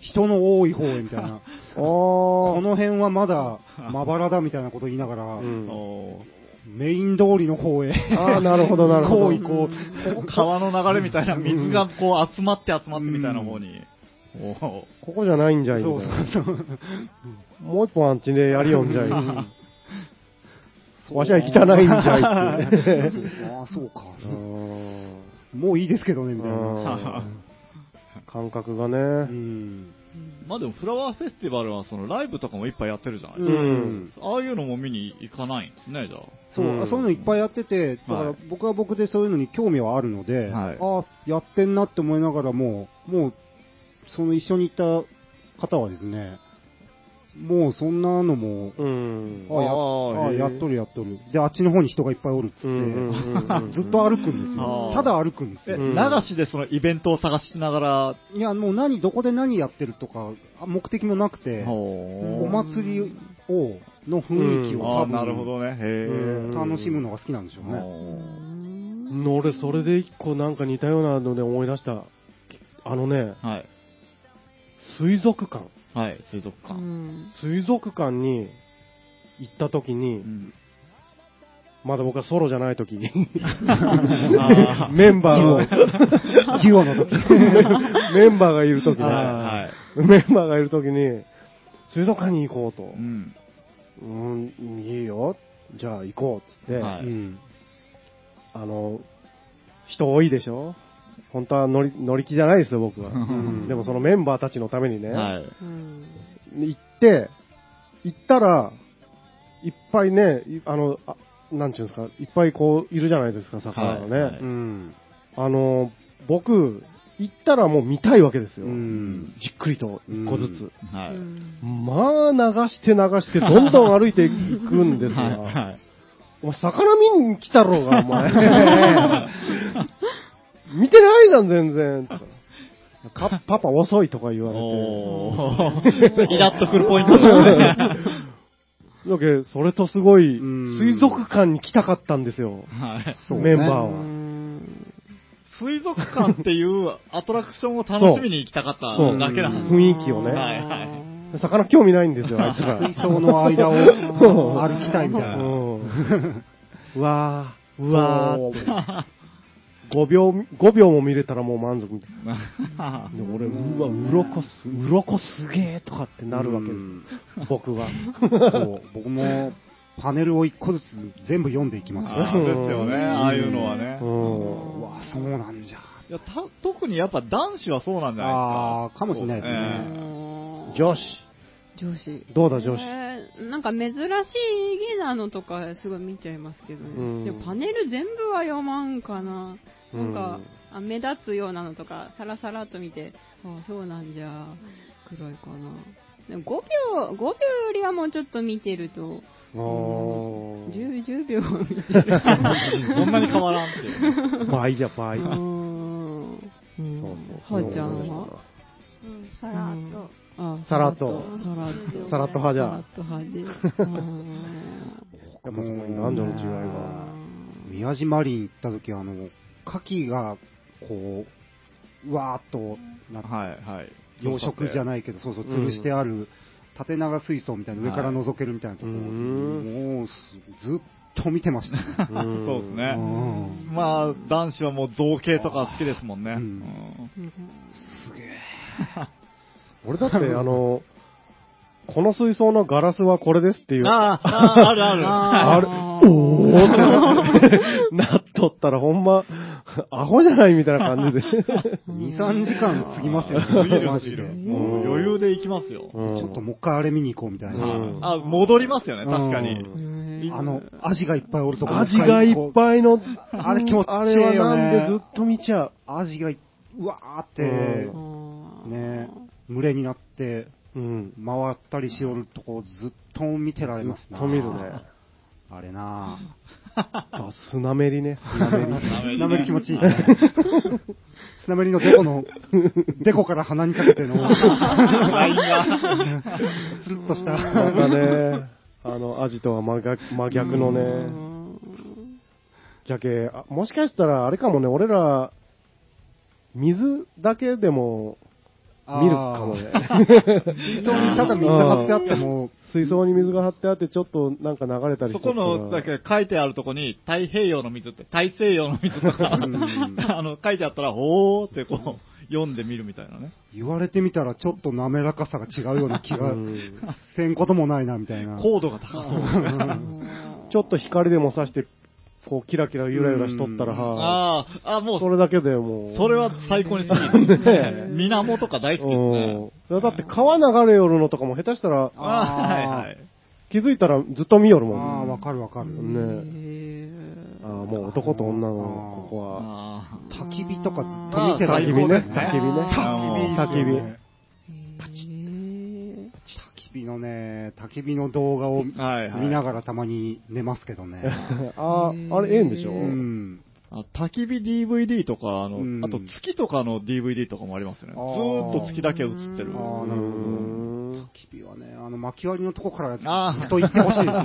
A: 人の多い方へみたいな。
E: あー
A: この辺はま だまばらだみたいなこと言いながら、
E: うん
B: おー
A: メイン通りの方へ。
E: あーなるほど、なるほど。
A: 行こう行こう。
B: ここ川の流れみたいな、水がこう集まって集まってみたいな方に。おー
E: ここじゃないんじゃい
A: そう
E: み
A: そ
E: たいな。
A: うそう。
E: もう一本あっちでやりよんじゃい。
A: そう
E: わしは汚いんじゃいっていうね。
A: ああ、そうか。
E: うーん
A: もういいですけどね、みたいな。
E: あー 感覚が
A: う
E: ね。
A: ん。
B: まあでもフラワーフェスティバルはそのライブとかもいっぱいやってるじゃないです
E: う
B: か。
E: ん。
B: ああいうのも見に行かないんですね、じゃあ。
A: そう、
E: うん
A: そういうのいっぱいやってて、だか
B: は
A: ら
B: い
A: 僕は僕でそういうのに興味はあるので、
B: はい
A: ああ、やってんなって思いながらも、もう、その一緒に行った方はですね、もうそんなのも、
E: うん。
A: ああやああ
E: へー
A: やっとるやっとる。で、あっちの方に人がいっぱいおるっつって、
E: うんうんうんう ん
A: ずっと歩くんです
B: あ
A: よ。
B: あ
A: ただ歩くんです
B: え、
A: よ。
E: うん
B: 流しでそのイベントを探しながら、
A: いや、もう何、どこで何やってるとか、あ目的もなくて、
B: お
A: お祭りを、の雰囲気を
B: あ
A: 多
B: あ、なるほ
A: 分、
B: どね。へ
E: うん
A: 楽しむのが好きなんでしょう
B: え。
A: ね。
B: お
E: 俺、それで一個なんか似たようなので思い出した。あのね、
B: ーはい。
E: 水族館。
B: はい、水族
D: う
B: 館。
D: ん
E: 水族館に行った時
B: う
E: に、
B: ん
E: まだ僕はソロじゃない時に、
B: あ
E: メンバーの、
A: デュオの時。
E: メンバーがいる
B: ー
E: 時 ね、
B: はい。
E: メンバーがいる時に、水族館に行こうと
B: う。ん。
E: うん、いいよ。じゃあ行こうっつって、
B: はい
E: うんあの、人多いでしょ本当は乗り乗り気じゃないですよ、 僕は、
B: うん
E: でもそのメンバーたちのためにね、
B: はい。
D: うん
E: 行って、行ったら、いっぱいね、いあの、あなんちゅうんですか、いっぱいこう、いるじゃないですか、魚がね。
B: はいはい
E: うんあの、僕、行ったらもう見たいわけですよ。
A: うん
E: じっくりと、一個ずつ。
B: は
D: う
B: い。
D: ん
E: まあ、流して流して、どんどん歩いていくんで す
B: はい
E: が、
B: はい
E: お前、魚見に来たろうが、お前。 見てないじゃん、全 然。とかかパパ遅いとか言われて。
B: おーイラッとくるポイント だね。
E: だけどそれとすごい、
A: うん
E: 水族館に来たかったんですよ、
B: はい。
A: そうね
E: メンバー
D: う
E: は。
D: ん
B: 水族館っていうアトラクションを楽しみに行きたかった
E: そう
B: だけなんです。
E: 雰囲気をね。
B: はいはい。
E: 魚興味ないんですよ、あいつら。
A: 水槽の間を歩きたいみたいな。
E: うんうわー、う
A: う
E: わ
A: わ
E: ー
A: ー
E: って。5秒、5秒も見れたらもう満足みたいな。
B: は
E: で俺、うわ、鱗す、鱗すげえとかってなるわけで
A: うん
E: す、僕は。
A: そう、僕もパネルを一個ずつ全部読んでいきますよ。
B: あーですよね、ああいうのはね
E: う。
A: うんわ、そうなんじゃ。
B: いやた特にやっぱ男子はそうなんじゃな
A: ああ、かもしれないです
B: え
A: ね。
D: 女
E: 女子、
D: 子
E: どうだ、女子。
D: えーなんか珍しいげなのとかすごい見ちゃいますけどね、
E: うん
D: でもパネル全部は読まんかな、なんか
E: うん、
D: あ目立つようなのとか、さらさらっと見て、ああ、そうなんじゃ、くらいかな。でも5秒、5秒よりはもうちょっと見てると、
E: あー
D: 10, 10秒は見てる。
B: いですか。そんなに変わらんっていう。
E: 倍じゃ倍。
D: うーん
E: そう
D: は
E: そう
D: ーちゃんは
C: うん、さらっと。
D: あ
E: さらっと
D: さらっと。
E: さらっと派じゃ
D: さら
E: ん
D: っと 派で。うん
E: やっぱそこに男女の違いが。
A: 宮島林行った時あの、牡蠣が、こう、うわーっとなって、
B: はいはい。
A: 養殖じゃ
B: ない。
A: ないけど、そうそう、吊るしてある、縦長水槽みたいな、上から覗けるみたいなところ、
E: はい
A: もうす、ずっと見てましたね。
E: ん
B: そうです
A: う
B: ね。
A: ん
B: まあ、男子はもう造形とか好きですもんね。
A: う
B: うんん
E: 俺だって、あの、この水槽のガラスはこれですっていう。
B: あーあー、あるある。
E: あれ、おーってな っとったらほんま、アホじゃないみたいな感じで。
A: 2、3時間過ぎますよ
B: 過ぎ
A: ね、
B: る
A: マジで。
B: 過ぎる
A: ち
B: もう余裕で行きますよ。
E: うん
A: ょっともう一回あれ見に行こうみたいな。
E: うん
B: あ、戻りますよね、確かに。
E: う
A: あの、アジがいっぱいおるとこ
E: 味がいっ
A: い。
E: ぱいの、
A: あれ気持ちいいよね
E: あれはなんでずっと見ちゃう。
A: アジがい、うわーって、
E: う
A: ね、群れになって、
E: うん。
A: 回ったりしおるとこずっと見てられます
E: ず
A: な
E: っと見るね。
A: あれなぁ。
E: あ、スナメリね、スナメリ。
A: なめり気持ちいい。スナメリのデコの、デコから鼻にかけての、つるっとした。
E: なんか ね、あの、アジとは真逆真逆の
D: う
E: ね、
D: ん
E: じゃけ、あもしかしたらあれかもね、俺ら、水だけでも見るかもね。
A: 水槽にただ水が張ってあっても、
E: 水槽に水が張ってあって、ちょっとなんか流れたり
B: そ
E: してた
B: こ
E: ら
B: の、だけ書いてあるとこに、太平洋の水って、大西洋の水とか、
A: ん
B: あの、書いてあったら、おーってこう、読んでみるみたいなね。
A: 言われてみたらちょっと滑らかさが違うような気が
E: うん
A: せんこともないな、みたいな。
B: 高度が高そう。
E: ちょっと光でも差して、こう、キラキラゆらゆらしとったら、は
B: あーあ、も
E: い。
B: う
E: そ、れだけでもう。
B: それは最高に好きです
E: ねえ。
B: 水とか大好きですね。
E: うん。だって川流れよるのとかも下手したら、
B: ああ、はいはい。
E: 気づいたらずっと見よる
A: あ
E: も
A: あ、
E: ん。
A: わかるわかる。
E: ねああ、もう男と女の、ここは。
B: あ
A: 焚き火とかずっと
B: あ
A: 見てた
E: 焚
A: り
E: き
B: 最高
E: 火ね
B: です。ね
E: 焚
B: あ
E: き火ね。焚き火
A: いいですよね
D: パチッ。
A: 焚き火のね、焚き火の動画を見
B: あ、はいはい。
A: ながらたまに寝ますけどね。
E: ああ、あれ、ええんでしょ
A: うん。
B: あ焚き火 DVD とか、あの、
A: うん
B: あと月とかの DVD とかもありますよね。ず
A: あー
B: ーっと月だけ映ってる。
A: ああ、なるほど。
E: うん
A: 焚き火はね、あの、薪割りのとこからず
B: あー
A: っと行ってほし いですね。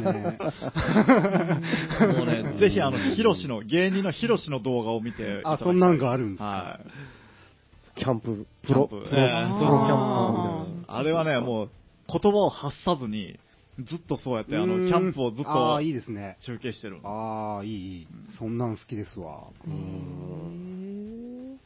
B: もうね、 ぜひあの、ヒロシの、芸人のヒロシの動画を見ていただきたい。
A: あそんなんがあるんですか
B: はい。
E: キャンプ、プロ、
B: キ
E: プ
B: ャンプ
E: ロ、プロキ
B: ええ
E: ャンパーみたいな。
B: あれはね、もう、言葉を発さずに、ずっとそうやって、あ
A: う
B: の、
A: ん
B: キャンプをずっ
A: ああ、いい
B: と
A: ですね。
B: 中継してる。
A: ああ、いい、いい。そんなん好きですわ。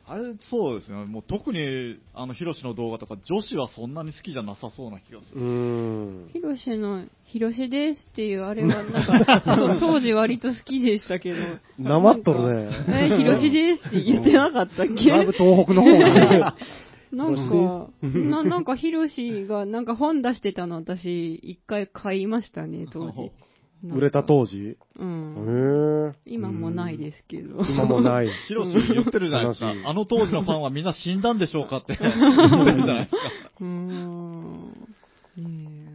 B: あれ、そうですね。もう特に、あの、ヒロシの動画とか、女子はそんなに好きじゃなさそうな気がす
E: う
B: る。
E: ん。
D: ヒロシの、ヒロシですっていうあれは、なんか、 そう当時割と好きでしたけど。
E: なまっとるね
D: なんかえ、ヒロシですって言ってなかったっけ
A: だいぶ東北の方が ね
D: なんか、ななんかヒロシが、なんか本出してたの私、一回買いましたね、当時。なんか
E: 売れた当
D: う
E: 時へ
D: ん。
E: え。
D: 今もないですけど。
E: 今も ない。
B: ヒロシ言ってるじゃないですか
E: 悲し。い
B: あの当時のファンはみんな死んだんでしょうかって言ってるじゃないですか。
D: うーん。ね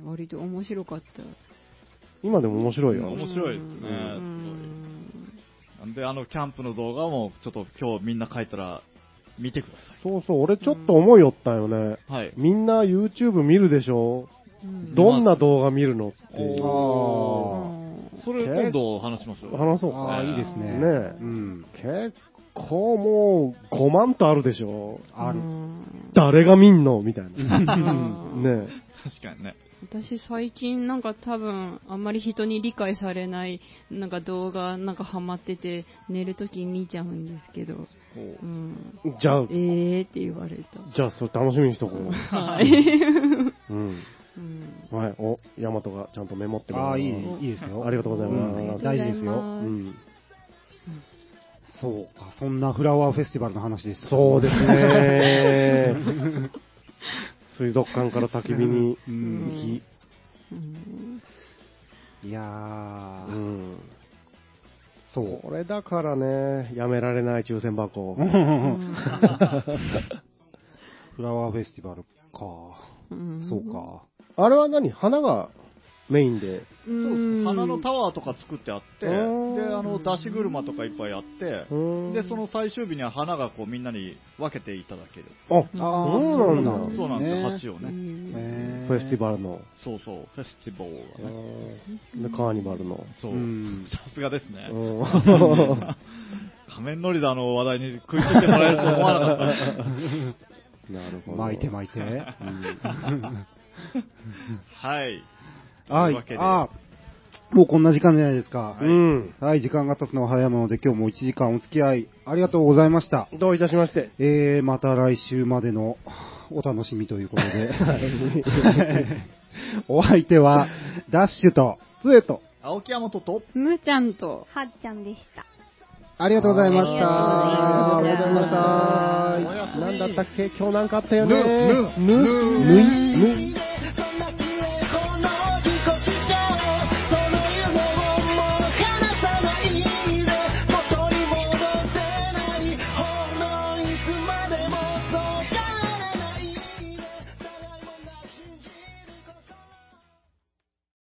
D: え、割と面白かった。
E: 今でも面白いよ。
B: 面白いですね。すごいなんで、あの、キャンプの動画も、ちょっと今日みんな帰ったら、見てくだ
E: そうそう、俺ちょっと思いよったよね。
B: さい。はい。
E: みんな YouTube 見るでしょ
D: うん
E: どんな動画見るのっていう。
A: お
B: それ今度話しましょう。
E: 話そう
A: あ
E: か。
A: あ、いいですね。
E: ねえ
A: うん。
E: 結構もう5万とあるでしょ
A: ある。
E: 誰が見んのみたいな。
D: うん
E: ね
B: 確かにね。
D: 私最近なんか多分あんまり人に理解されないなんか動画なんかハマってて寝るときに見ちゃうんですけど、うん、
E: えじゃあ、
D: えーって言われた。
E: じゃあそれ楽しみにしとこ
D: はい。
E: う。うん。
D: うん
E: はい。お、ヤマトがちゃんとメモってくれた
A: ああ、いい、いいですよ。
E: ありがとうございます。
A: 大事ですよ。
E: う
D: うん
E: ん。
A: そうか、そんなフラワーフェスティバルの話でした。
E: そうですね。 水族館から焚き火に
A: うん
E: 行き、
D: うん
A: いや
E: う
A: ー、
E: ん。
A: そう。
E: これだからね、やめられない抽選箱。
A: フラワーフェスティバルか。
D: うん
A: そうか。
E: あれは何花がメインで。
D: うん
B: 花のタワーとか作ってあって、で、
E: うん
B: あの、出し車とかいっぱいあって、で、その最終日には花がこうみんなに分けていただける。
E: あ、
A: あ
E: ーそうなんだ
B: そうなんですよ、鉢をね。
D: うん
E: フェスティ
A: ル。
E: バルの。
B: そうそう、フェスティバルがね。
E: でカーニバルの。
B: そう
A: う。ん。
B: さすがですね。
E: うん
B: 仮面乗りだの話題に食いついてもらえると思わな かった。
E: なるほど。
A: 巻いて巻い て。
B: はい。
A: は
B: というわけ
A: い。
B: で
A: あーもうこんな時間じゃないですか。
E: うん。
A: はい、時間が経つのは早いもので、今日も1時間お付き合いありがとうございました。
E: どういたしまして。
A: えー、また来週までのお楽しみということ で。 お相手は、ダッシュと、つえと、
B: 青木山とと、
D: むーちゃんと
C: はっちゃんでした。
A: ありがとうございました。
C: あ
E: あり
C: り
E: が
C: がと
E: とう
C: う
E: ご
C: ご
E: ざ
C: ざ
E: い
C: いま
E: まし
B: した
E: た。なんだったっけ今日なんかあったよね。
B: ぬ
E: ぬ、ぬい